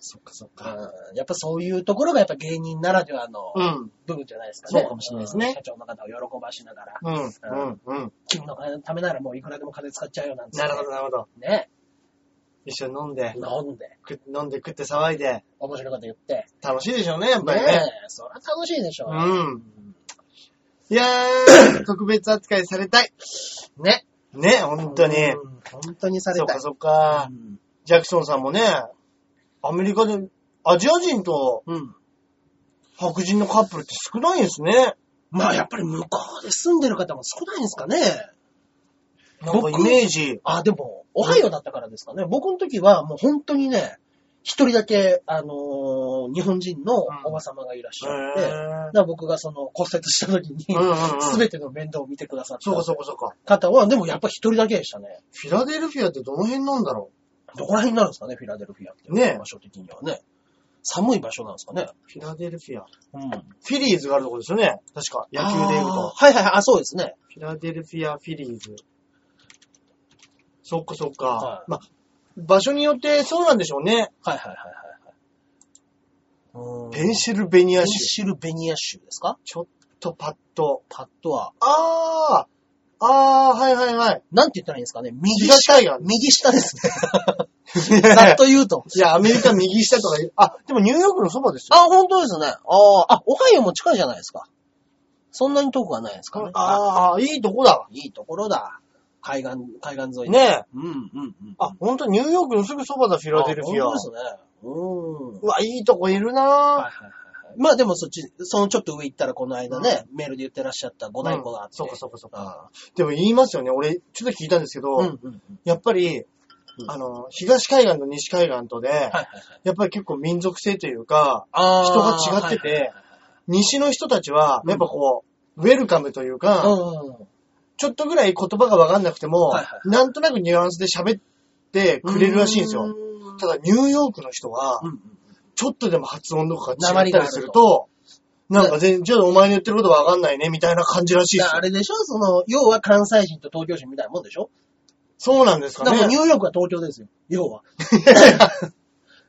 Speaker 1: そっかそっ
Speaker 2: う
Speaker 1: か。
Speaker 2: んやっぱそういうところがやっぱ芸人ならではの
Speaker 1: うん。
Speaker 2: 部分じゃないですかね。
Speaker 1: そうかもしれないですね
Speaker 2: うん社長の方を喜ばしながら、
Speaker 1: うん。うん。うん。
Speaker 2: 君のためならもういくらでも金使っちゃうよなんて、
Speaker 1: なるほど、なるほど。
Speaker 2: ね。
Speaker 1: 一緒に飲んで、
Speaker 2: 飲んで、
Speaker 1: く飲んで食って騒いで、
Speaker 2: 面白いこと言って。
Speaker 1: 楽しいでしょうね、やっぱ
Speaker 2: ね
Speaker 1: りね。
Speaker 2: え、そりゃ楽しいでしょ。
Speaker 1: うん。いや
Speaker 2: (coughs)
Speaker 1: ー、特別扱いされたい。
Speaker 2: ね。
Speaker 1: ね、本当に。
Speaker 2: うん本当にされ
Speaker 1: そった
Speaker 2: い
Speaker 1: か。そっか。
Speaker 2: うん
Speaker 1: ジャクソンさんもね、アメリカで、アジア人と
Speaker 2: うん。
Speaker 1: 白人のカップルって少ないんですね。
Speaker 2: まあやっぱり向こうで住んでる方も少ないんですかね。
Speaker 1: なんかイメージ。
Speaker 2: あ、でも、オハイオだったからですかね。僕の時はもう本当にね、一人だけ、あのー日本人のおば様がいらっし
Speaker 1: へ
Speaker 2: ゃって、だか
Speaker 1: ー
Speaker 2: ら僕がその骨折した時に、
Speaker 1: うんうんうん
Speaker 2: すべての面倒を見てくださっ
Speaker 1: そうか
Speaker 2: た
Speaker 1: そうかそうか。
Speaker 2: 方は、でもやっぱ一人だけでしたね。
Speaker 1: フィラデルフィアってどの辺なんだろ
Speaker 2: どこら辺になるんですかね、フィラデルフィアって。
Speaker 1: ねえ
Speaker 2: 場所的にはね。寒い場所なんですかね。
Speaker 1: うフィラデルフィア。
Speaker 2: うん。
Speaker 1: フィリーズがあるとこですよね。確か。野球で言う
Speaker 2: あー
Speaker 1: と。
Speaker 2: はいはいはい、あ、そうですね。
Speaker 1: フィラデルフィア、フィリーズ。そっかそっか。
Speaker 2: はい
Speaker 1: まあ、場所によってそうなんでしょうね。
Speaker 2: はいはいはいはいはい。うーん
Speaker 1: ペンシルベニ
Speaker 2: ペ
Speaker 1: ア
Speaker 2: ン
Speaker 1: 州。
Speaker 2: シルベニア州ですか
Speaker 1: ちょっとパッと。
Speaker 2: パッとは、
Speaker 1: あー、あー、はいはいはい。
Speaker 2: なんて言ったらいいんですかね右
Speaker 1: 東
Speaker 2: 下、
Speaker 1: 海 (laughs) 岸。
Speaker 2: 右下です (laughs) ね。ざっと言うと。
Speaker 1: いや、アメリカ右下とか言う。あ、でもニューヨークのそばですよ。
Speaker 2: あ、本当ですね。ああ、あ、オハイオも近いじゃないですか。そんなに遠くはないですかね。あ
Speaker 1: ああ、いいとこだわ。
Speaker 2: いいところだ。海岸、海岸沿いに。
Speaker 1: ねえ。
Speaker 2: うんうんうん。
Speaker 1: あ、ほんとニューヨークのすぐそばだ、フィラデルフィア。
Speaker 2: あ本当ですね。うん。
Speaker 1: うわ、いいとこいるな
Speaker 2: はいはい
Speaker 1: ぁ。
Speaker 2: はい。まあでもそっち、そのちょっと上行ったらこの間ね、メールで言ってらっしゃった五大湖があって。
Speaker 1: そうかそうかそうか。
Speaker 2: あ
Speaker 1: でも言いますよね。俺、ちょっと聞いたんですけど、
Speaker 2: ーうんうんうん。
Speaker 1: やっぱり、あの、東海岸と西海岸とで、
Speaker 2: はいはいはい。
Speaker 1: やっぱり結構民族性というか、
Speaker 2: あー
Speaker 1: 人が違ってて
Speaker 2: はいはいはい
Speaker 1: 西の人たちは、
Speaker 2: うん
Speaker 1: やっぱこう、ウェルカムというか、
Speaker 2: うんうん
Speaker 1: ちょっとぐらい言葉がわかんなくても、
Speaker 2: はいは
Speaker 1: なんとなくニュアンスで喋って
Speaker 2: うん。
Speaker 1: くれるらしいんですよ。
Speaker 2: う
Speaker 1: ただ、ニューヨークの人は
Speaker 2: ん、うん。
Speaker 1: ちょっとでも発音とかが
Speaker 2: 訛
Speaker 1: 違っ
Speaker 2: り
Speaker 1: た
Speaker 2: があ
Speaker 1: り
Speaker 2: ると
Speaker 1: すると、なんか全じゃあお前の言ってることわかんないね、みたいな感じらしいで
Speaker 2: だ
Speaker 1: す
Speaker 2: からあ
Speaker 1: よ。
Speaker 2: れでしょその、要は関西人と東京人みたいなもんでしょ
Speaker 1: そうなんです
Speaker 2: だ
Speaker 1: か
Speaker 2: からもうニ
Speaker 1: ね。
Speaker 2: ューヨークは東京ですよ。要は。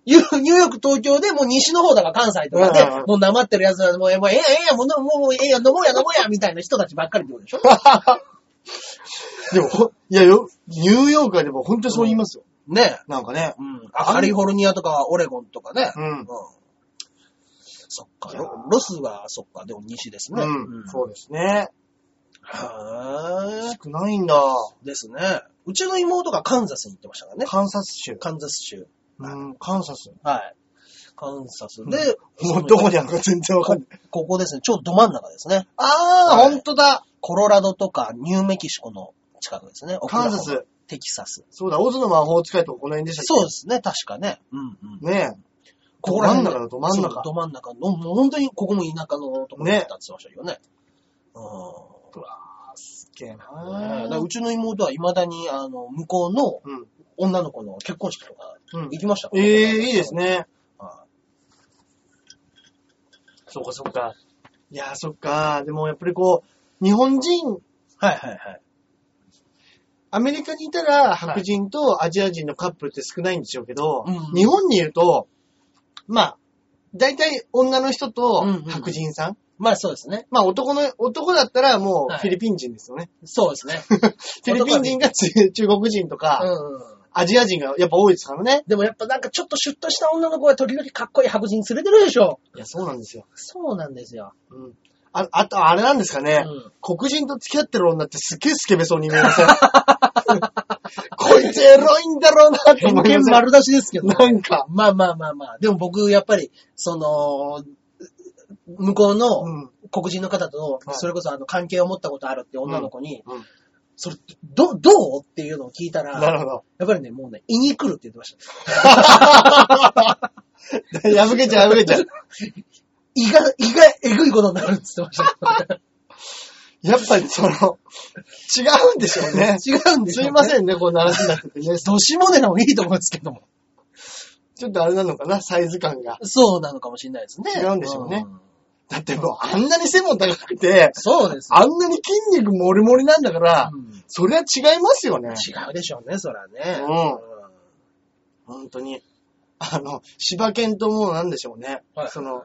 Speaker 2: ニューニューヨーク、東京で、もう西の方だから関西とか
Speaker 1: うんうんう
Speaker 2: で
Speaker 1: ん、
Speaker 2: もう黙ってる奴ら、もう、ええや、ええや、もう、もうもう、ええや、飲もうや、飲もうや、みたいな人たちばっかりってことでしょ
Speaker 1: (laughs) でもほ、いやよ、ニューヨークはでも本当にそう言いますよ。
Speaker 2: ねえ。
Speaker 1: なんかね。
Speaker 2: うん。カリフォルニアとか、オレゴンとかね。
Speaker 1: うん
Speaker 2: そっか。ロロスは、そっか。でも西ですね。
Speaker 1: うん。そうですね。
Speaker 2: は
Speaker 1: 少ないんだ。
Speaker 2: ーですね。うちの妹がカンザスに行ってましたからね。
Speaker 1: カンサス州。
Speaker 2: カンザス州。
Speaker 1: うん、カンサス。
Speaker 2: はい。カンザス。
Speaker 1: ん
Speaker 2: で、そ
Speaker 1: も
Speaker 2: の
Speaker 1: うどこにあるか全然わかんない。
Speaker 2: ここですね。ちょうどど真ん中ですね。
Speaker 1: あー、
Speaker 2: はい
Speaker 1: ほんとだ。
Speaker 2: コロラドとかニューメキシコの近くですね。オクラホ
Speaker 1: カ
Speaker 2: マ
Speaker 1: ンザス。
Speaker 2: テキサス。
Speaker 1: そうだ、オズの魔法使いとここの辺でしたっ
Speaker 2: そうですね。確かね。うんうん。
Speaker 1: けねえ。ここ
Speaker 2: ら
Speaker 1: 真ん
Speaker 2: 辺
Speaker 1: 中だ、ど真ん
Speaker 2: そう
Speaker 1: 中。
Speaker 2: ど真ん中の、もう本当にここも田舎のところだったって言ってましたよね。うん
Speaker 1: すっげえ
Speaker 2: だ
Speaker 1: な
Speaker 2: からうちの妹は未だに、あの、向こうの
Speaker 1: うん。
Speaker 2: 女の子の結婚式とか
Speaker 1: うん
Speaker 2: 行きましたから
Speaker 1: ええいいです。ね。
Speaker 2: は
Speaker 1: そうか、そうか。いやー、そっか。でも、やっぱりこう、日本人、
Speaker 2: いはいはい。
Speaker 1: アメリカにいたら白人とアジア人のカップルって少ないんでしょうけど、
Speaker 2: うん
Speaker 1: 日本にいると、まあ、大体女の人と
Speaker 2: うんうん
Speaker 1: 白人さん。
Speaker 2: まあそうですね。
Speaker 1: まあ男の、男だったらもう
Speaker 2: はい
Speaker 1: フィリピン人ですよね。
Speaker 2: そうですね。
Speaker 1: (laughs) フィリピン人が中中国人と
Speaker 2: う
Speaker 1: か、
Speaker 2: んうん。
Speaker 1: アジア人がやっぱ多いですからね。
Speaker 2: でもやっぱなんかちょっとシュッとした女の子は時々かっこいい白人連れてるでしょ。
Speaker 1: いや、そうなんですよ。
Speaker 2: そうなんですよ。
Speaker 1: うん。あ、あと、あれなんですかね。
Speaker 2: うん
Speaker 1: 黒人と付き合ってる女ってすっげえスケベそうに見えま (laughs) せんこいつエロいんだろうなって
Speaker 2: 偏
Speaker 1: 思い
Speaker 2: 見
Speaker 1: ません
Speaker 2: 丸出しですけど。
Speaker 1: なんか。
Speaker 2: まあまあまあまあ。でも僕、やっぱり、その、向こうの
Speaker 1: うん。
Speaker 2: 黒人の方と
Speaker 1: は、い
Speaker 2: それこそあの関係を持ったことあるって女の子に、
Speaker 1: うんうん
Speaker 2: それ、ど、どうっていうのを聞いたら、
Speaker 1: なるほど。
Speaker 2: やっぱりね、もうね、胃に来るって言ってました。
Speaker 1: 破けちゃう破けちゃう。
Speaker 2: 胃が、胃がえぐいことになるって言ってました。
Speaker 1: やっぱりその、違うんでしょうね。
Speaker 2: 違
Speaker 1: (laughs)
Speaker 2: うんですすよ、ね。
Speaker 1: いま
Speaker 2: ん。
Speaker 1: せんね、こんな話になっててね。
Speaker 2: どしもでのもいいと思うんですけども。
Speaker 1: ちょっとあれなのかな、サイズ感が。
Speaker 2: そうなのかもしれないですね。
Speaker 1: 違うんでしょうね
Speaker 2: ん
Speaker 1: だってもうあんなに背も高くて、
Speaker 2: そうですよ、
Speaker 1: あんなに筋肉もりもりなんだから、
Speaker 2: うん
Speaker 1: そりゃ違いますよね。
Speaker 2: 違うでしょうね、そらね。
Speaker 1: うん本当に。あの、柴犬ともうなんでしょうね。
Speaker 2: はい
Speaker 1: その、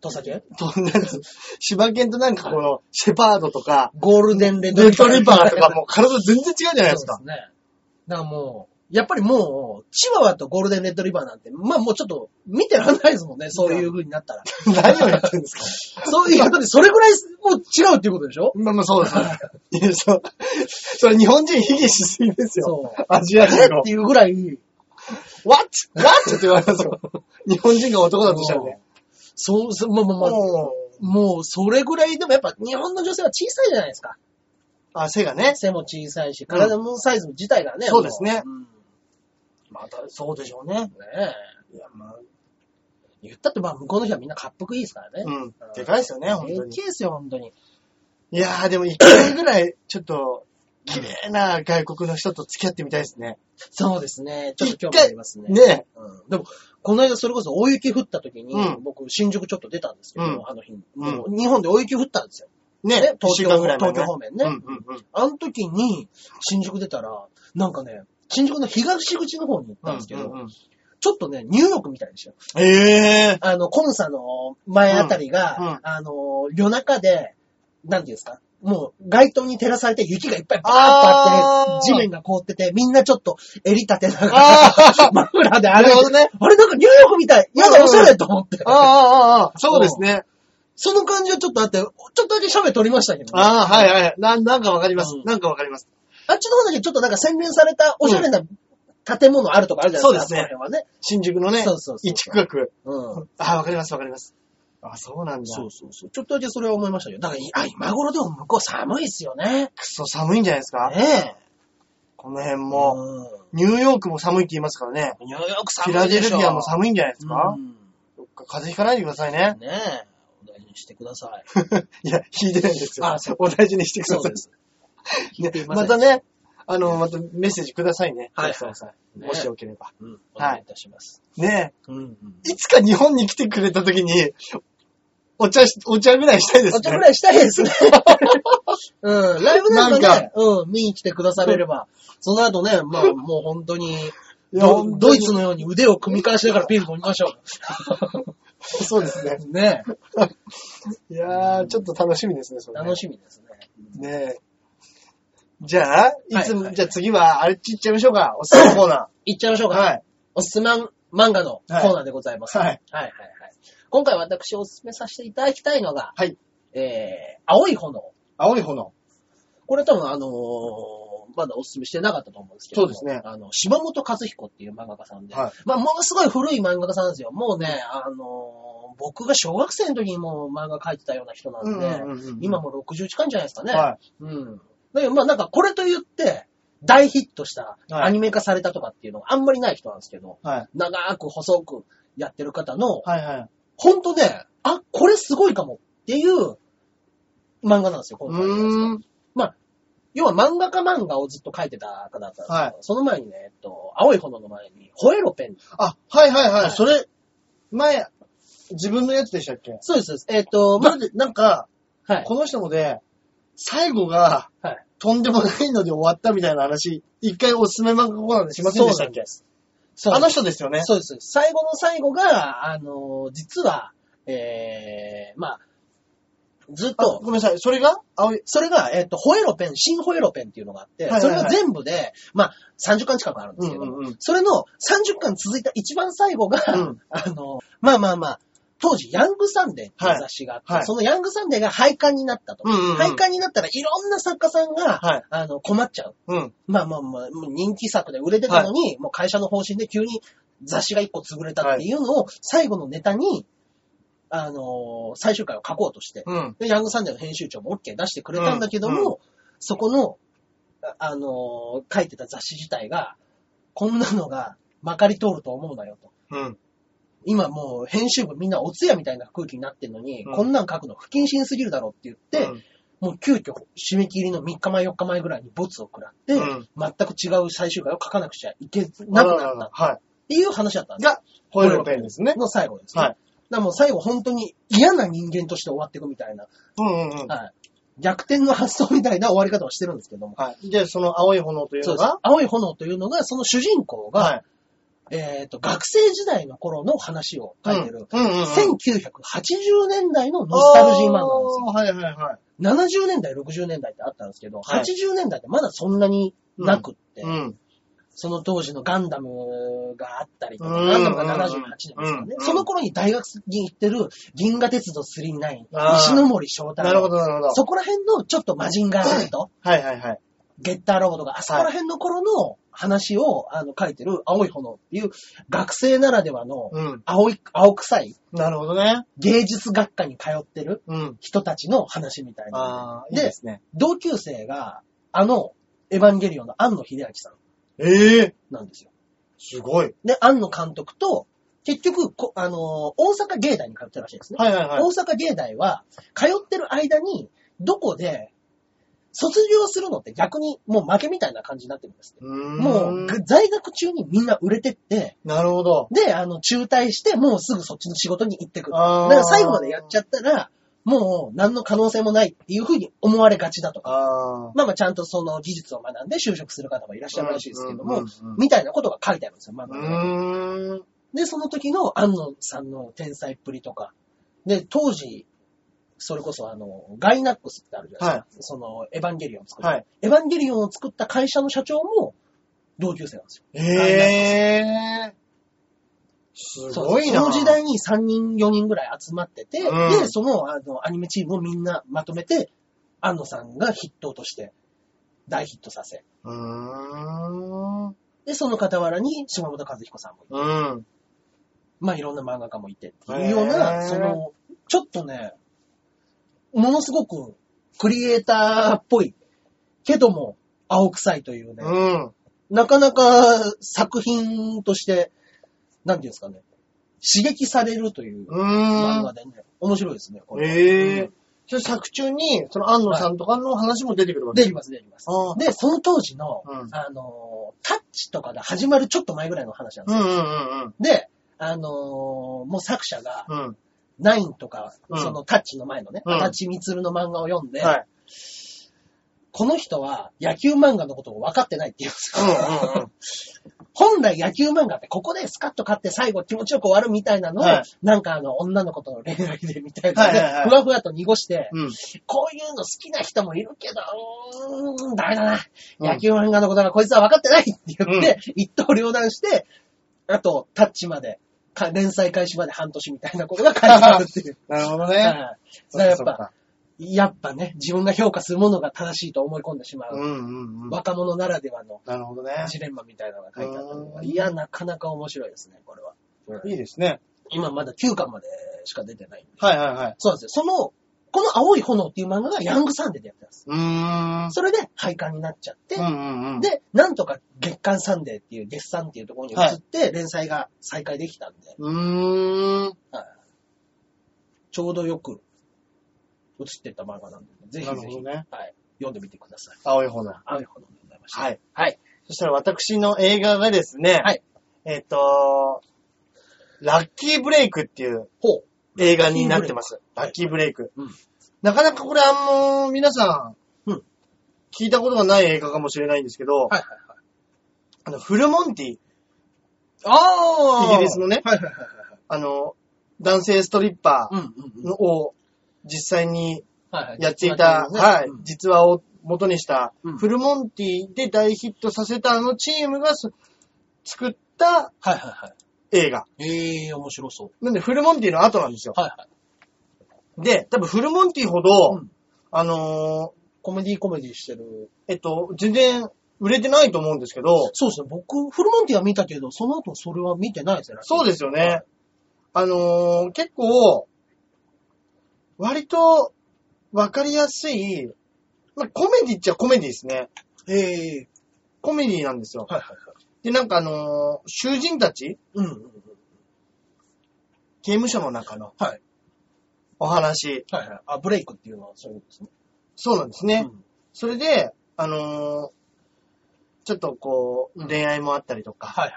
Speaker 2: とさけ
Speaker 1: と、なんつ柴犬となんかこの、シェパードとか、
Speaker 2: ゴールデンレ
Speaker 1: レッドリバーとか
Speaker 2: も
Speaker 1: もう体全然違うじゃないです
Speaker 2: そう
Speaker 1: か。
Speaker 2: ですね。だからもう、やっぱりもう、チワワとゴールデンレッドリバーなんて、まあもうちょっと見てらんないで
Speaker 1: (laughs)
Speaker 2: すもんね、そういう風になったら。
Speaker 1: 何を言ってるんですか
Speaker 2: そういう、だってそれぐらいもう違うっていうことでし
Speaker 1: (laughs)
Speaker 2: ょ
Speaker 1: まあまあそうですね。 (laughs) いやそうそれ日本人卑下しすぎですよ。
Speaker 2: そう。
Speaker 1: アジア
Speaker 2: えっ
Speaker 1: 人の
Speaker 2: て。いうぐらい、
Speaker 1: What? What? って言われますよ。日本人が男だとしたらね。
Speaker 2: そう、そうまあまあまあ、
Speaker 1: も
Speaker 2: もうそれぐらいでもやっぱ日本の女性は小さいじゃないです
Speaker 1: う
Speaker 2: か。
Speaker 1: あ、背がね。
Speaker 2: 背も小さいし、体のサイズ自体が
Speaker 1: う
Speaker 2: ね。
Speaker 1: んそうですね
Speaker 2: もうん
Speaker 1: また、そうでしょうね。
Speaker 2: ねえ。
Speaker 1: いや、まあ、
Speaker 2: 言ったってまあ向こうの人はみんなかっこいいですからね。
Speaker 1: うん。でかいですよね、本当
Speaker 2: 大
Speaker 1: に
Speaker 2: き。いですよ、本当に。
Speaker 1: いやー、でも一回ぐらい、ちょっと、綺麗な外国の人と付き合ってみたいですね。
Speaker 2: そうですね。ちょっと興味ありますね。
Speaker 1: ね
Speaker 2: うんでも、この間それこそ大雪降った時に、
Speaker 1: うん
Speaker 2: 僕、新宿ちょっと出たんですけど、
Speaker 1: うん
Speaker 2: あの日、
Speaker 1: うん
Speaker 2: もう日本で大雪降ったんですよ。
Speaker 1: え。ね
Speaker 2: ね
Speaker 1: え。
Speaker 2: 東京
Speaker 1: 一週間ぐらい前ね
Speaker 2: 東京方面ね
Speaker 1: うんうんうん。
Speaker 2: あの時に、新宿出たら、なんかね、新宿の東口の方に行ったんですけど、
Speaker 1: うんうんうん
Speaker 2: ちょっとね、ニューヨークみたいでしたよ。
Speaker 1: ええ
Speaker 2: あの、コムサの前あたりが、
Speaker 1: うんうん
Speaker 2: あの、夜中で、なんていうんですか、もう街灯に照らされて雪がいっぱいバーッとあ
Speaker 1: あ
Speaker 2: って、
Speaker 1: ー
Speaker 2: 地面が凍ってて、みんなちょっと襟立てなが
Speaker 1: あ
Speaker 2: ら、 (laughs) マフラーで
Speaker 1: な
Speaker 2: 歩
Speaker 1: るほ
Speaker 2: い
Speaker 1: ど
Speaker 2: て、
Speaker 1: ね。
Speaker 2: あれなんかニューヨークみたいやだ、おしゃれと思って。
Speaker 1: ああ、ああ、ああ、そうですね。
Speaker 2: その感じはちょっとあって、ちょっとだけ喋取りましたけど、ね、あ
Speaker 1: ああ、はいはい。な、なんかわかります
Speaker 2: うん。
Speaker 1: なんかわかります。
Speaker 2: っちの方だけちょっとなんか洗練されたおしゃれな建物あるとかあるじゃないです
Speaker 1: そうで
Speaker 2: か。
Speaker 1: すね
Speaker 2: あこら辺はね。
Speaker 1: 新宿のね
Speaker 2: そうそうそう、
Speaker 1: 一区画。
Speaker 2: うん。
Speaker 1: ああ、わかります、わかります。ああ、そうなんだ
Speaker 2: そ。うそうそう。ちょっとだけそれは思いましたけど。だから、あ、今頃でも向こう寒いっすよね。
Speaker 1: くそ、寒いんじゃないですか
Speaker 2: ねえ。
Speaker 1: この辺も。
Speaker 2: も
Speaker 1: ニューヨークも寒いって言いますからね。
Speaker 2: うん。ニューヨーク
Speaker 1: フィ
Speaker 2: 寒
Speaker 1: ラ
Speaker 2: い
Speaker 1: デ
Speaker 2: で
Speaker 1: ル
Speaker 2: し
Speaker 1: フ
Speaker 2: ょ。
Speaker 1: ィアも寒いんじゃないですか
Speaker 2: うん
Speaker 1: どっか風邪ひかないでくださいね。
Speaker 2: ねえ。お大事にしてください。
Speaker 1: (laughs) いや、ひいてないですよ。
Speaker 2: あそう
Speaker 1: お大事にしてくだ
Speaker 2: (laughs) そう
Speaker 1: さい
Speaker 2: で。す。
Speaker 1: ねまたね、あの、またメッセージくださいね。
Speaker 2: はい
Speaker 1: ください
Speaker 2: ね
Speaker 1: もしよければ。
Speaker 2: うん。お願いいたします。
Speaker 1: ね
Speaker 2: うんうん。
Speaker 1: いつか日本に来てくれた時に、お茶し、お茶ぐらいしたいですね。
Speaker 2: お茶ぐらいしたい (laughs) ですね。うん。ライブなんか
Speaker 1: な
Speaker 2: ね、うん、見に来てくだされれば、その後ね、まあ、もう本当
Speaker 1: い
Speaker 2: に、
Speaker 1: や
Speaker 2: ド
Speaker 1: 本当に
Speaker 2: ドイツのように腕を組み返しながらビール飲みま (laughs) しょ
Speaker 1: そうですね。
Speaker 2: う。ね
Speaker 1: いやー、ちょっと楽しみですね、それね、
Speaker 2: 楽しみですね。
Speaker 1: ねえ。じゃあ、いつも、
Speaker 2: はいはい
Speaker 1: じゃあ次は、あれっち行っちゃいましょうか。おすすめコーナ
Speaker 2: いっちゃいま (laughs) しょう
Speaker 1: ー。
Speaker 2: か。
Speaker 1: はい。
Speaker 2: おすすめ漫画のコーナーでございます。
Speaker 1: はい
Speaker 2: はいはいはい。今回私おすすめさせていただきたいのが、
Speaker 1: はい
Speaker 2: えー、青い炎。
Speaker 1: 青い炎。
Speaker 2: これ多分あのーまだおすすめしてなかったと思うんですけども。
Speaker 1: そうですね
Speaker 2: あの、柴本和彦っていう漫画家さんで。
Speaker 1: はい
Speaker 2: まあ、ものすごい古い漫画家さんなんですよ。もうね、あのー僕が小学生の時にもう漫画描いてたような人なんで、
Speaker 1: うんうんうん
Speaker 2: 今もう60近いんじゃないですかね。
Speaker 1: は
Speaker 2: うん。だけど、まあなんかこれと言って、大ヒットした、
Speaker 1: はい
Speaker 2: アニメ化されたとかっていうのがあんまりない人なんですけど、
Speaker 1: い。はい。
Speaker 2: 長く細くやってる方の、
Speaker 1: はいはい。
Speaker 2: ほんとね、あ、これすごいかもっていう漫画なんですよ、今回のやつが
Speaker 1: うーん。
Speaker 2: 要は漫画家漫画をずっと描いてた方だったんですけど、
Speaker 1: はい
Speaker 2: その前にね、えっと、青い炎の前に、ホエロペン。
Speaker 1: あ、はいはいはい。
Speaker 2: それ、
Speaker 1: 前、自分のやつでしたっけ
Speaker 2: そうです、そうです。えっと、ま
Speaker 1: だって、なんか、
Speaker 2: はい。
Speaker 1: この人もで、最後が、
Speaker 2: はい。
Speaker 1: とんでもないので終わったみたいな話、一回おすすめ漫画コーナーでしませんでしたっけ
Speaker 2: そう
Speaker 1: あ
Speaker 2: なん
Speaker 1: の
Speaker 2: です。
Speaker 1: 人ですよね。
Speaker 2: そうです。そうです最後の最後が、あの、実は、えー、まあ、ずっ
Speaker 1: あ
Speaker 2: と
Speaker 1: ご、めんなさい。それが青い。
Speaker 2: それが、えっと、ホエロペン、新ホエロペンっていうのがあって、
Speaker 1: はいはいはい
Speaker 2: それが全部で、まあ、30巻近くあるんですけど、
Speaker 1: うんうんうん
Speaker 2: それの30巻続いた一番最後が、
Speaker 1: うん
Speaker 2: あの、まあまあまあ、当時、ヤングサンデーっていう雑誌があって、
Speaker 1: はいはい
Speaker 2: そのヤングサンデーが廃刊になったと。
Speaker 1: うんうんうん
Speaker 2: 廃刊になったらいろんな作家さんが、
Speaker 1: はい
Speaker 2: あの、困っちゃう。
Speaker 1: うん。
Speaker 2: まあまあまあ、もう人気作で売れてたのに、もう会社の方針で急に雑誌が1個潰れたっていうのを、最後のネタに、あの最終回を書こうとして、
Speaker 1: うん。
Speaker 2: で、ヤングサンデーの編集長も OK 出してくれたんだけども、
Speaker 1: うんう
Speaker 2: そこの、ああのー書いてた雑誌自体が、こんなのがまかり通ると思うなよと。
Speaker 1: うん。
Speaker 2: 今もう編集部みんなお通夜みたいな空気になってんのに、
Speaker 1: うん
Speaker 2: こんなん書くの不謹慎すぎるだろって言って、
Speaker 1: うん
Speaker 2: もう急遽締め切りの3日前4日前ぐらいにボツを食らって、
Speaker 1: うん
Speaker 2: 全く違う最終回を書かなくちゃいけ
Speaker 1: な
Speaker 2: なく
Speaker 1: るほ
Speaker 2: なったっ
Speaker 1: は
Speaker 2: ていう話だったん
Speaker 1: い。
Speaker 2: です。
Speaker 1: が、ホイールのペンですね。
Speaker 2: の最後ですね。
Speaker 1: はい
Speaker 2: だからもう最後本当に嫌な人間として終わっていくみたいな、
Speaker 1: うんうんうん。
Speaker 2: はい逆転の発想みたいな終わり方をしてるんですけども。
Speaker 1: はい。で、その青い炎という
Speaker 2: そう
Speaker 1: の
Speaker 2: です
Speaker 1: が、。
Speaker 2: 青い炎というのが、その主人公が、
Speaker 1: はい。
Speaker 2: えっ、と、学生時代の頃の話を書いてる、
Speaker 1: うんうんうん。
Speaker 2: 1980年代のノスタルジー漫画なんですよ。
Speaker 1: あーはいはいはい。
Speaker 2: 70年代、60年代ってあったんですけど、
Speaker 1: はい
Speaker 2: 80年代ってまだそんなになくって、
Speaker 1: うん。
Speaker 2: その当時のガンダムがあったりとか、
Speaker 1: うん
Speaker 2: ガンダムが78年ですからね、
Speaker 1: うん
Speaker 2: その頃に大学に行ってる銀河鉄道39、
Speaker 1: あー
Speaker 2: 石ノ森章太
Speaker 1: なるほ
Speaker 2: 郎、
Speaker 1: どなるほど。
Speaker 2: そこら辺のちょっとマジンガー Z と、
Speaker 1: はいはいはい。
Speaker 2: ゲッターロボとか、あそこら辺の頃の話をあの書いてる青い炎っていう学生ならではの
Speaker 1: うん。
Speaker 2: 青い、青臭い
Speaker 1: なるほどね。
Speaker 2: 芸術学科に通ってる
Speaker 1: うん。
Speaker 2: 人たちの話みたいな。
Speaker 1: ああ、いい
Speaker 2: で
Speaker 1: ですね。
Speaker 2: 同級生が、あの、エヴァンゲリオンの庵野秀明さん
Speaker 1: ええ
Speaker 2: なんですよ。
Speaker 1: すごい。
Speaker 2: で、庵野監督と、結局、こあのー大阪芸大に通ってるらしいですね。
Speaker 1: はいはいはい。
Speaker 2: 大阪芸大は、通ってる間に、どこで、卒業するのって逆にもう負けみたいな感じになってるんですって。も
Speaker 1: も
Speaker 2: う、ぐ在学中にみんな売れてって、
Speaker 1: なるほど。
Speaker 2: で、あの、中退して、もうすぐそっちの仕事に行ってくる。
Speaker 1: あー
Speaker 2: だから最後までやっちゃったら、もう何の可能性もないっていうふうに思われがちだとか。
Speaker 1: ああ。
Speaker 2: まあまあちゃんとその技術を学んで就職する方もいらっしゃるらしいですけど
Speaker 1: う
Speaker 2: も
Speaker 1: んうんうんうん、
Speaker 2: みたいなことが書いてあるんですよ、ま
Speaker 1: う
Speaker 2: だ、
Speaker 1: ーん。
Speaker 2: で、その時の安野さんの天才っぷりとか。で、当時、それこそあの、ガイナックスってあるじゃないですか。その、エヴァンゲリオンを作った、
Speaker 1: はい
Speaker 2: エヴァンゲリオンを作った会社の社長も同級生なんですよ。
Speaker 1: ええすごいな。
Speaker 2: そうその時代に3人、4人ぐらい集まってて、
Speaker 1: うん
Speaker 2: で、そのあのアニメチームをみんなまとめて、安野さんが筆頭として大ヒットさせ。
Speaker 1: うーん。
Speaker 2: で、その傍らに島本和彦さんもいて
Speaker 1: うん。
Speaker 2: まあいろんな漫画家もいてっていうよう
Speaker 1: へ
Speaker 2: な、
Speaker 1: ー
Speaker 2: その、ちょっとね、ものすごくクリエイターっぽい、けども青臭いというね、
Speaker 1: うん。
Speaker 2: なかなか作品として、なんていうんですかね、刺激されるという
Speaker 1: う
Speaker 2: 漫
Speaker 1: ー
Speaker 2: 画
Speaker 1: ん。
Speaker 2: でね、面白いですね、これ。
Speaker 1: ええ
Speaker 2: う
Speaker 1: ー。それ作中に、その安野さんとかの話も出てくるわけ
Speaker 2: できます、できます。
Speaker 1: あー
Speaker 2: で、その当時の、
Speaker 1: うん
Speaker 2: あのー、タッチとかが始まるちょっと前ぐらいの話なんで
Speaker 1: う
Speaker 2: す
Speaker 1: ん
Speaker 2: よ。
Speaker 1: うんうん
Speaker 2: で、あのーもう作者が、
Speaker 1: うん。うん。
Speaker 2: ナインとか、
Speaker 1: うん
Speaker 2: そのタッチの前のね、
Speaker 1: うん
Speaker 2: タッチミツルの漫画を読んで、
Speaker 1: はい。
Speaker 2: この人は野球漫画のことを分かってないって言うんです
Speaker 1: うん
Speaker 2: よ。
Speaker 1: うんうん。
Speaker 2: (laughs) 本来野球漫画ってここでスカッと勝って最後気持ちよく終わるみたいなのを、
Speaker 1: はい
Speaker 2: なんかあの女の子との恋愛でみたいなね、
Speaker 1: はいはいはい
Speaker 2: ふわふわと濁して、
Speaker 1: うん。
Speaker 2: こういうの好きな人もいるけど、うーん、ダメだな。
Speaker 1: うん
Speaker 2: 野球漫画のことがこいつは分かってないって言って、一刀両断して、あとタッチまで、か連載開始まで半年みたいなことが書いてあるっていう。
Speaker 1: (laughs) なるほど
Speaker 2: はい
Speaker 1: ね。
Speaker 2: だからやっ
Speaker 1: そ
Speaker 2: ぱ
Speaker 1: う、か
Speaker 2: やっぱね、自分が評価するものが正しいと思い込んでしま
Speaker 1: そう
Speaker 2: う、
Speaker 1: かうんうんうん。
Speaker 2: 若者ならではの
Speaker 1: なるほどね。
Speaker 2: ジレンマみたいなのが書いてあったの
Speaker 1: う
Speaker 2: が、
Speaker 1: ん
Speaker 2: いや、なかなか面白いですね、これは。
Speaker 1: いいですね。
Speaker 2: 今まだ9巻までしか出てない。
Speaker 1: はいはいはい。
Speaker 2: そうなんですよ。その、この青い炎っていう漫画がヤングサンデーでやってたんです。
Speaker 1: うーん。
Speaker 2: それで廃刊になっちゃって、
Speaker 1: うんうんうん。
Speaker 2: で、なんとか月刊サンデーっていう月刊っていうところに移って連載が再開できたんで、
Speaker 1: うーん。
Speaker 2: ちょうどよく映ってった漫画なんで、ぜひ
Speaker 1: な
Speaker 2: ぜ
Speaker 1: る
Speaker 2: ひ、
Speaker 1: ほどね
Speaker 2: はい、読んでみてください。
Speaker 1: 青い炎。
Speaker 2: 青い炎でございました。
Speaker 1: はい。
Speaker 2: はい。
Speaker 1: そしたら私の映画がですね、
Speaker 2: はい
Speaker 1: えっ、と、ラッキーブレイクっていう
Speaker 2: ほう。
Speaker 1: 映画になってます。ラッキーブレイク。
Speaker 2: うん
Speaker 1: なかなかこれあんま皆さん、
Speaker 2: うん
Speaker 1: 聞いたことがない映画かもしれないんですけど、
Speaker 2: はいはいはい。
Speaker 1: あの、フルモンティ、
Speaker 2: あ
Speaker 1: イギリスのね
Speaker 2: はいはいはいはい。
Speaker 1: あの、男性ストリッパ
Speaker 2: うん
Speaker 1: ー
Speaker 2: うんうん。
Speaker 1: のを実際に
Speaker 2: はいはい
Speaker 1: やっていた、はい、
Speaker 2: うん
Speaker 1: 実話を元にした
Speaker 2: うん、
Speaker 1: フルモンティで大ヒットさせたあのチームがそ作った
Speaker 2: はいは
Speaker 1: 映画。
Speaker 2: いはい。ええー、面白そう。
Speaker 1: なんで、フルモンティの後なんですよ。
Speaker 2: はいはい。
Speaker 1: で、多分フルモンティほど、
Speaker 2: うん
Speaker 1: あの
Speaker 2: コメディーコメディーしてる。
Speaker 1: ーえっと、全然売れてないと思うんですけど、
Speaker 2: そうですね。僕、フルモンティは見たけど、その後それは見てないですね。。
Speaker 1: そうですすよね。あのー結構、割とわかりやすい、まあ、コメディっちゃコメディですね。
Speaker 2: ええ
Speaker 1: コメディなんですよ。
Speaker 2: はいはいはい。
Speaker 1: で、なんかあのー囚人たち
Speaker 2: うんうんうん。
Speaker 1: 刑務所の中の
Speaker 2: はい。
Speaker 1: お話。
Speaker 2: はいはい。あ、ブレイクっていうのはそういうことですね。
Speaker 1: そうなんですね。
Speaker 2: うん
Speaker 1: それで、あのーちょっとこ
Speaker 2: う
Speaker 1: う、
Speaker 2: ん
Speaker 1: 恋愛もあったりとか、
Speaker 2: はいはい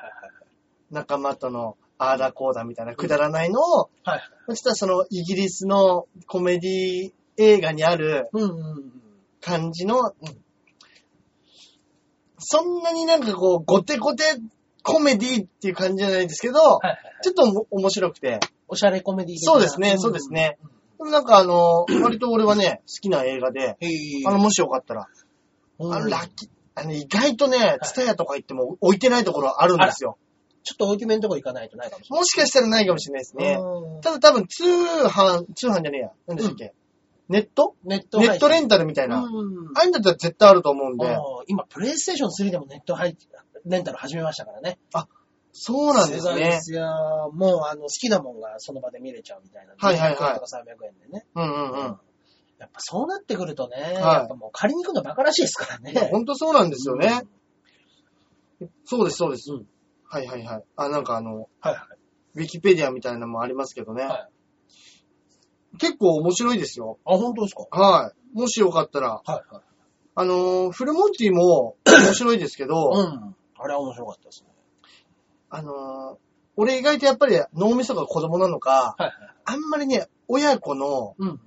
Speaker 1: 仲間とのああだこうだみたいなくだらないのを、
Speaker 2: はい。はい。
Speaker 1: そしたらそのイギリスのコメディ映画にある
Speaker 2: うんうんうん。
Speaker 1: 感じの、そんなになんかこう、ゴテゴテコメディっていう感じじゃないですけど、
Speaker 2: はいはい。
Speaker 1: ちょっとおも面白くて、
Speaker 2: おしゃれコメディ的な
Speaker 1: そうですね、そうです。ね。でもなんかあのー、割と俺はね、好きな映画で、
Speaker 2: へえ。
Speaker 1: あの、もしよかったら、
Speaker 2: うん
Speaker 1: あの、ラッキー、あの、意外とね、ツタヤとか行っても置いてないところあるんですよ。
Speaker 2: ちょっと大きめのとこ行かないとないかもし
Speaker 1: もしかしたらないかもしれないです
Speaker 2: れない
Speaker 1: ね。。
Speaker 2: うん
Speaker 1: ただ多分、通販、通販じゃねえや。なんでしたっけ、ネット
Speaker 2: ネット
Speaker 1: ネットレ
Speaker 2: ン
Speaker 1: ンタルみたい
Speaker 2: タ
Speaker 1: な。あ
Speaker 2: うん。
Speaker 1: あいうのだったら絶対あると思うんで。
Speaker 2: あー今、プレイステーション3でもネット配レンタル始めましたからね。
Speaker 1: そうなんです
Speaker 2: ごいで
Speaker 1: ね。
Speaker 2: すよ。もう、あの、好きなもんがその場で見れちゃうみたいな。
Speaker 1: はいはいはい
Speaker 2: 200円とか300円でね。
Speaker 1: うんうんうん。
Speaker 2: やっぱそうなってくるとね、
Speaker 1: い
Speaker 2: やっぱもう借りに行くのバカらしいですからね。
Speaker 1: いやほんとそうなんですよね。そうです、そうです、
Speaker 2: うん
Speaker 1: はいはいはい。あ、なんかあの、
Speaker 2: はいはい。
Speaker 1: ウィキペディアみたいなのもありますけどね。
Speaker 2: は
Speaker 1: 結構面白いですよ。
Speaker 2: あ、本当ですか
Speaker 1: はい。もしよかったら、
Speaker 2: はいはい。
Speaker 1: あのーフルモンティ
Speaker 2: (coughs)
Speaker 1: も面白いですけど、
Speaker 2: うん。あれは面白かったですね。
Speaker 1: あのー俺意外とやっぱり脳みそが子供なのか、
Speaker 2: はいはい。
Speaker 1: あんまりね、親子の、
Speaker 2: うん。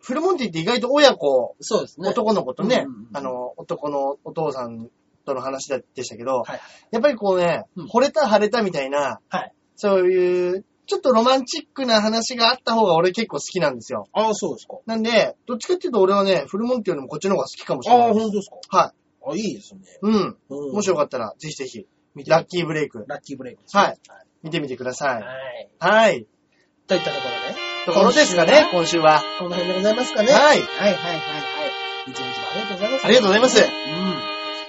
Speaker 1: フルモンティって意外と親子、
Speaker 2: そうですね。
Speaker 1: 男の子とね、
Speaker 2: うんうんうん
Speaker 1: あの、男のお父さんとの話だでしたけど、
Speaker 2: はいはい
Speaker 1: やっぱりこうね、
Speaker 2: うん
Speaker 1: 惚れた腫れたみたいな、
Speaker 2: はい
Speaker 1: そういう、ちょっとロマンチックな話があった方が俺結構好きなんですよ。
Speaker 2: ああ、そうですか。
Speaker 1: なんで、どっちかっていうと俺はね、フルモンティよりもこっちの方が好きかもしれ
Speaker 2: あ
Speaker 1: な
Speaker 2: あ、
Speaker 1: いです。
Speaker 2: 本当ですか。
Speaker 1: はい。
Speaker 2: あ、いいですね。
Speaker 1: うん。
Speaker 2: うん
Speaker 1: もしよかったら、ぜひぜひ、
Speaker 2: 見て
Speaker 1: ラッキーブレイク、
Speaker 2: ラッキーブレイクですね
Speaker 1: はい。見てみてくださ
Speaker 2: はい。
Speaker 1: い。
Speaker 2: はい。
Speaker 1: はい。
Speaker 2: といったところで、
Speaker 1: ところですかね、今週は。
Speaker 2: この辺でございますかね。い。
Speaker 1: はい。
Speaker 2: はいはいはいはい。一日もありがとうございます。
Speaker 1: ありがとうございます
Speaker 2: うん。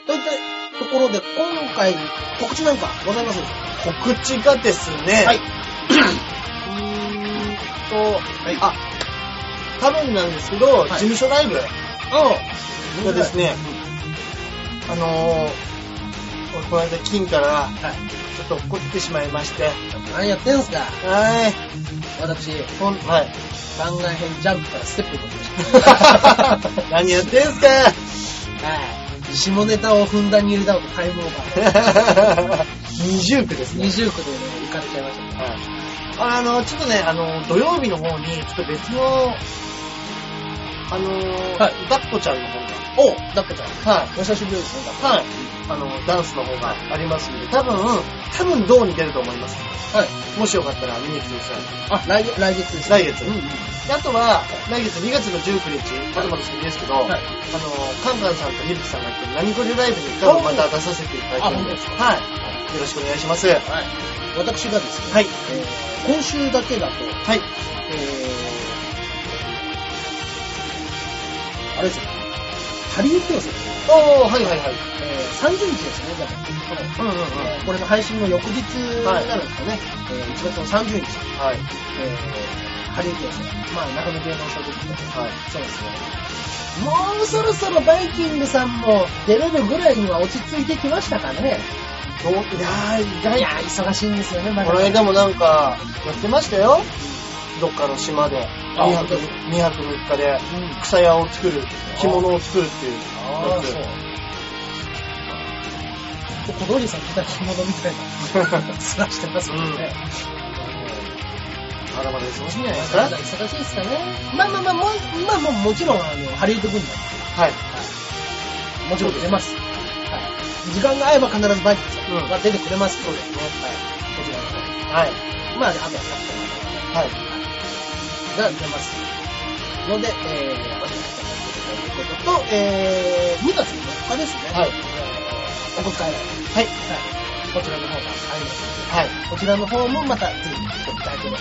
Speaker 2: といったところで、今回、告知なんかございますは
Speaker 1: 告知がですね、
Speaker 2: はい
Speaker 1: うーんと、
Speaker 2: い
Speaker 1: あ、多分なんですけど、
Speaker 2: い
Speaker 1: 事務所ライブ
Speaker 2: うん
Speaker 1: がですね、あのー、この間金から
Speaker 2: はい。
Speaker 1: ちょっと怒ってしまいまして、
Speaker 2: 何やってんすか
Speaker 1: はい、
Speaker 2: 私、
Speaker 1: ほん、
Speaker 2: (laughs)
Speaker 1: はい。
Speaker 2: 番外編ジャンプからステップを踏みま (laughs) し
Speaker 1: 何やってんすか
Speaker 2: た。はい。下ネタをふんだんに入れたのとタイムオーバー。
Speaker 1: 二重苦です
Speaker 2: 二
Speaker 1: ね。
Speaker 2: 重苦でね、浮かれちゃいましたね。
Speaker 1: はいあの、ちょっとね、あの、土曜日の方に、ちょっと別の、あのー、
Speaker 2: はい
Speaker 1: ダッコちゃんの方が、
Speaker 2: おだってちゃん。
Speaker 1: はい。
Speaker 2: お久しぶりですね、だっ
Speaker 1: はい。あの、ダンスの方がありますんで、多分、多分銅に出ると思います。
Speaker 2: てはい。
Speaker 1: もしよかったら見に来てください。
Speaker 2: あ、来月、来月ですね。
Speaker 1: 来月
Speaker 2: うんうん。
Speaker 1: であとは、来月2月の19日、まだまだ先ですけど、
Speaker 2: はい
Speaker 1: あの、カンカンさんとゆるきさんが来て、何これライブに多分また出させていただくんで、
Speaker 2: あ本当ですか
Speaker 1: はい。よろしくお願いします。はい。
Speaker 2: はい。私がですね、
Speaker 1: はい。
Speaker 2: えー今週だけだと、
Speaker 1: はい。
Speaker 2: えー、あれですよ、ハリウッド予選、
Speaker 1: おー、はいはいはい。
Speaker 2: えー、30日ですね、だから、
Speaker 1: うんうんうん。
Speaker 2: えーこれの配信の翌日になるんですかね、えー1月の30日、
Speaker 1: はい。
Speaker 2: えー、ハリウッド予選、まあ、中野芸能所でしたけど、
Speaker 1: はい。
Speaker 2: そうですね。もうそろそろバイキングさんも出れるぐらいには落ち着いてきましたかね。
Speaker 1: どういやー、意
Speaker 2: い
Speaker 1: 外
Speaker 2: やー、忙しいんですよね、まだ
Speaker 1: この間もなんか、やってましたよ。どっかの島で、2
Speaker 2: 本
Speaker 1: 泊
Speaker 2: 当です
Speaker 1: 3日3日で。
Speaker 2: うん
Speaker 1: 草屋を作る、着物を作るっていうや
Speaker 2: ああ、
Speaker 1: つ。
Speaker 2: そう。で小通りさん来た着物みたいな、
Speaker 1: (laughs)
Speaker 2: つらしてますもんね。
Speaker 1: まだまだ忙しいんじゃないですか
Speaker 2: まだ忙しいですかね。まあまあまあ、もうまあもうもちろん、あの、ハリウッド軍団、
Speaker 1: はい。
Speaker 2: もちろん出ます。はい。時間が合えば必ずバイキンさんが出てくれますので、ねはい。こちらの方
Speaker 1: はい。
Speaker 2: まあ、あとはサッ
Speaker 1: はい。
Speaker 2: カーが出ます。ので、えー、お願いしたいということと、えー、2月の4日ですね。
Speaker 1: はい
Speaker 2: えーお国会ライブ
Speaker 1: はい。
Speaker 2: はい。こちらの方がありますので。
Speaker 1: はい。
Speaker 2: こちらの方もまた、ぜひ、ご期待くだ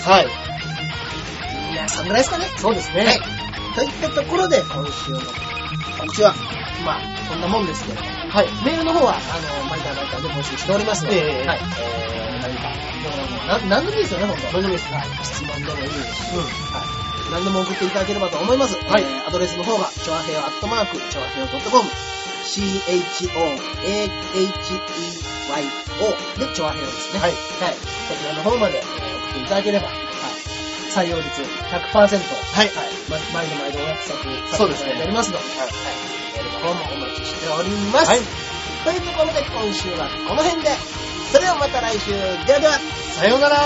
Speaker 2: さ
Speaker 1: はい。
Speaker 2: い。いや、そんぐらいですかね。
Speaker 1: そうですね。
Speaker 2: はい。といったところで、今週の告知は、まあ、こんなもんですけれども、
Speaker 1: はい。
Speaker 2: メールの方は、あの、毎回毎回で募集しておりますので、
Speaker 1: ええ
Speaker 2: はい。えー、何か、どうも、な、何でもいいですよね、本当
Speaker 1: 大丈夫ですか
Speaker 2: はい。質問でもいいですし、
Speaker 1: うん。
Speaker 2: はい。何でも送っていただければと思います。
Speaker 1: はい
Speaker 2: えーアドレスの方が、ちょあへよアットマーク、ちょあへよ .com、choaheo.com、chaheo で、チョアヘヨですね。
Speaker 1: はい
Speaker 2: はい。こちらの方までえー送っていただければ、はい。採用率100%。はい。はい。ま毎度毎度お約束させていただいておりますので、はい。メールの方もお待ちしております。
Speaker 1: はい。
Speaker 2: というところで今週はこの辺で、それではまた来週。ではでは。
Speaker 1: さようなら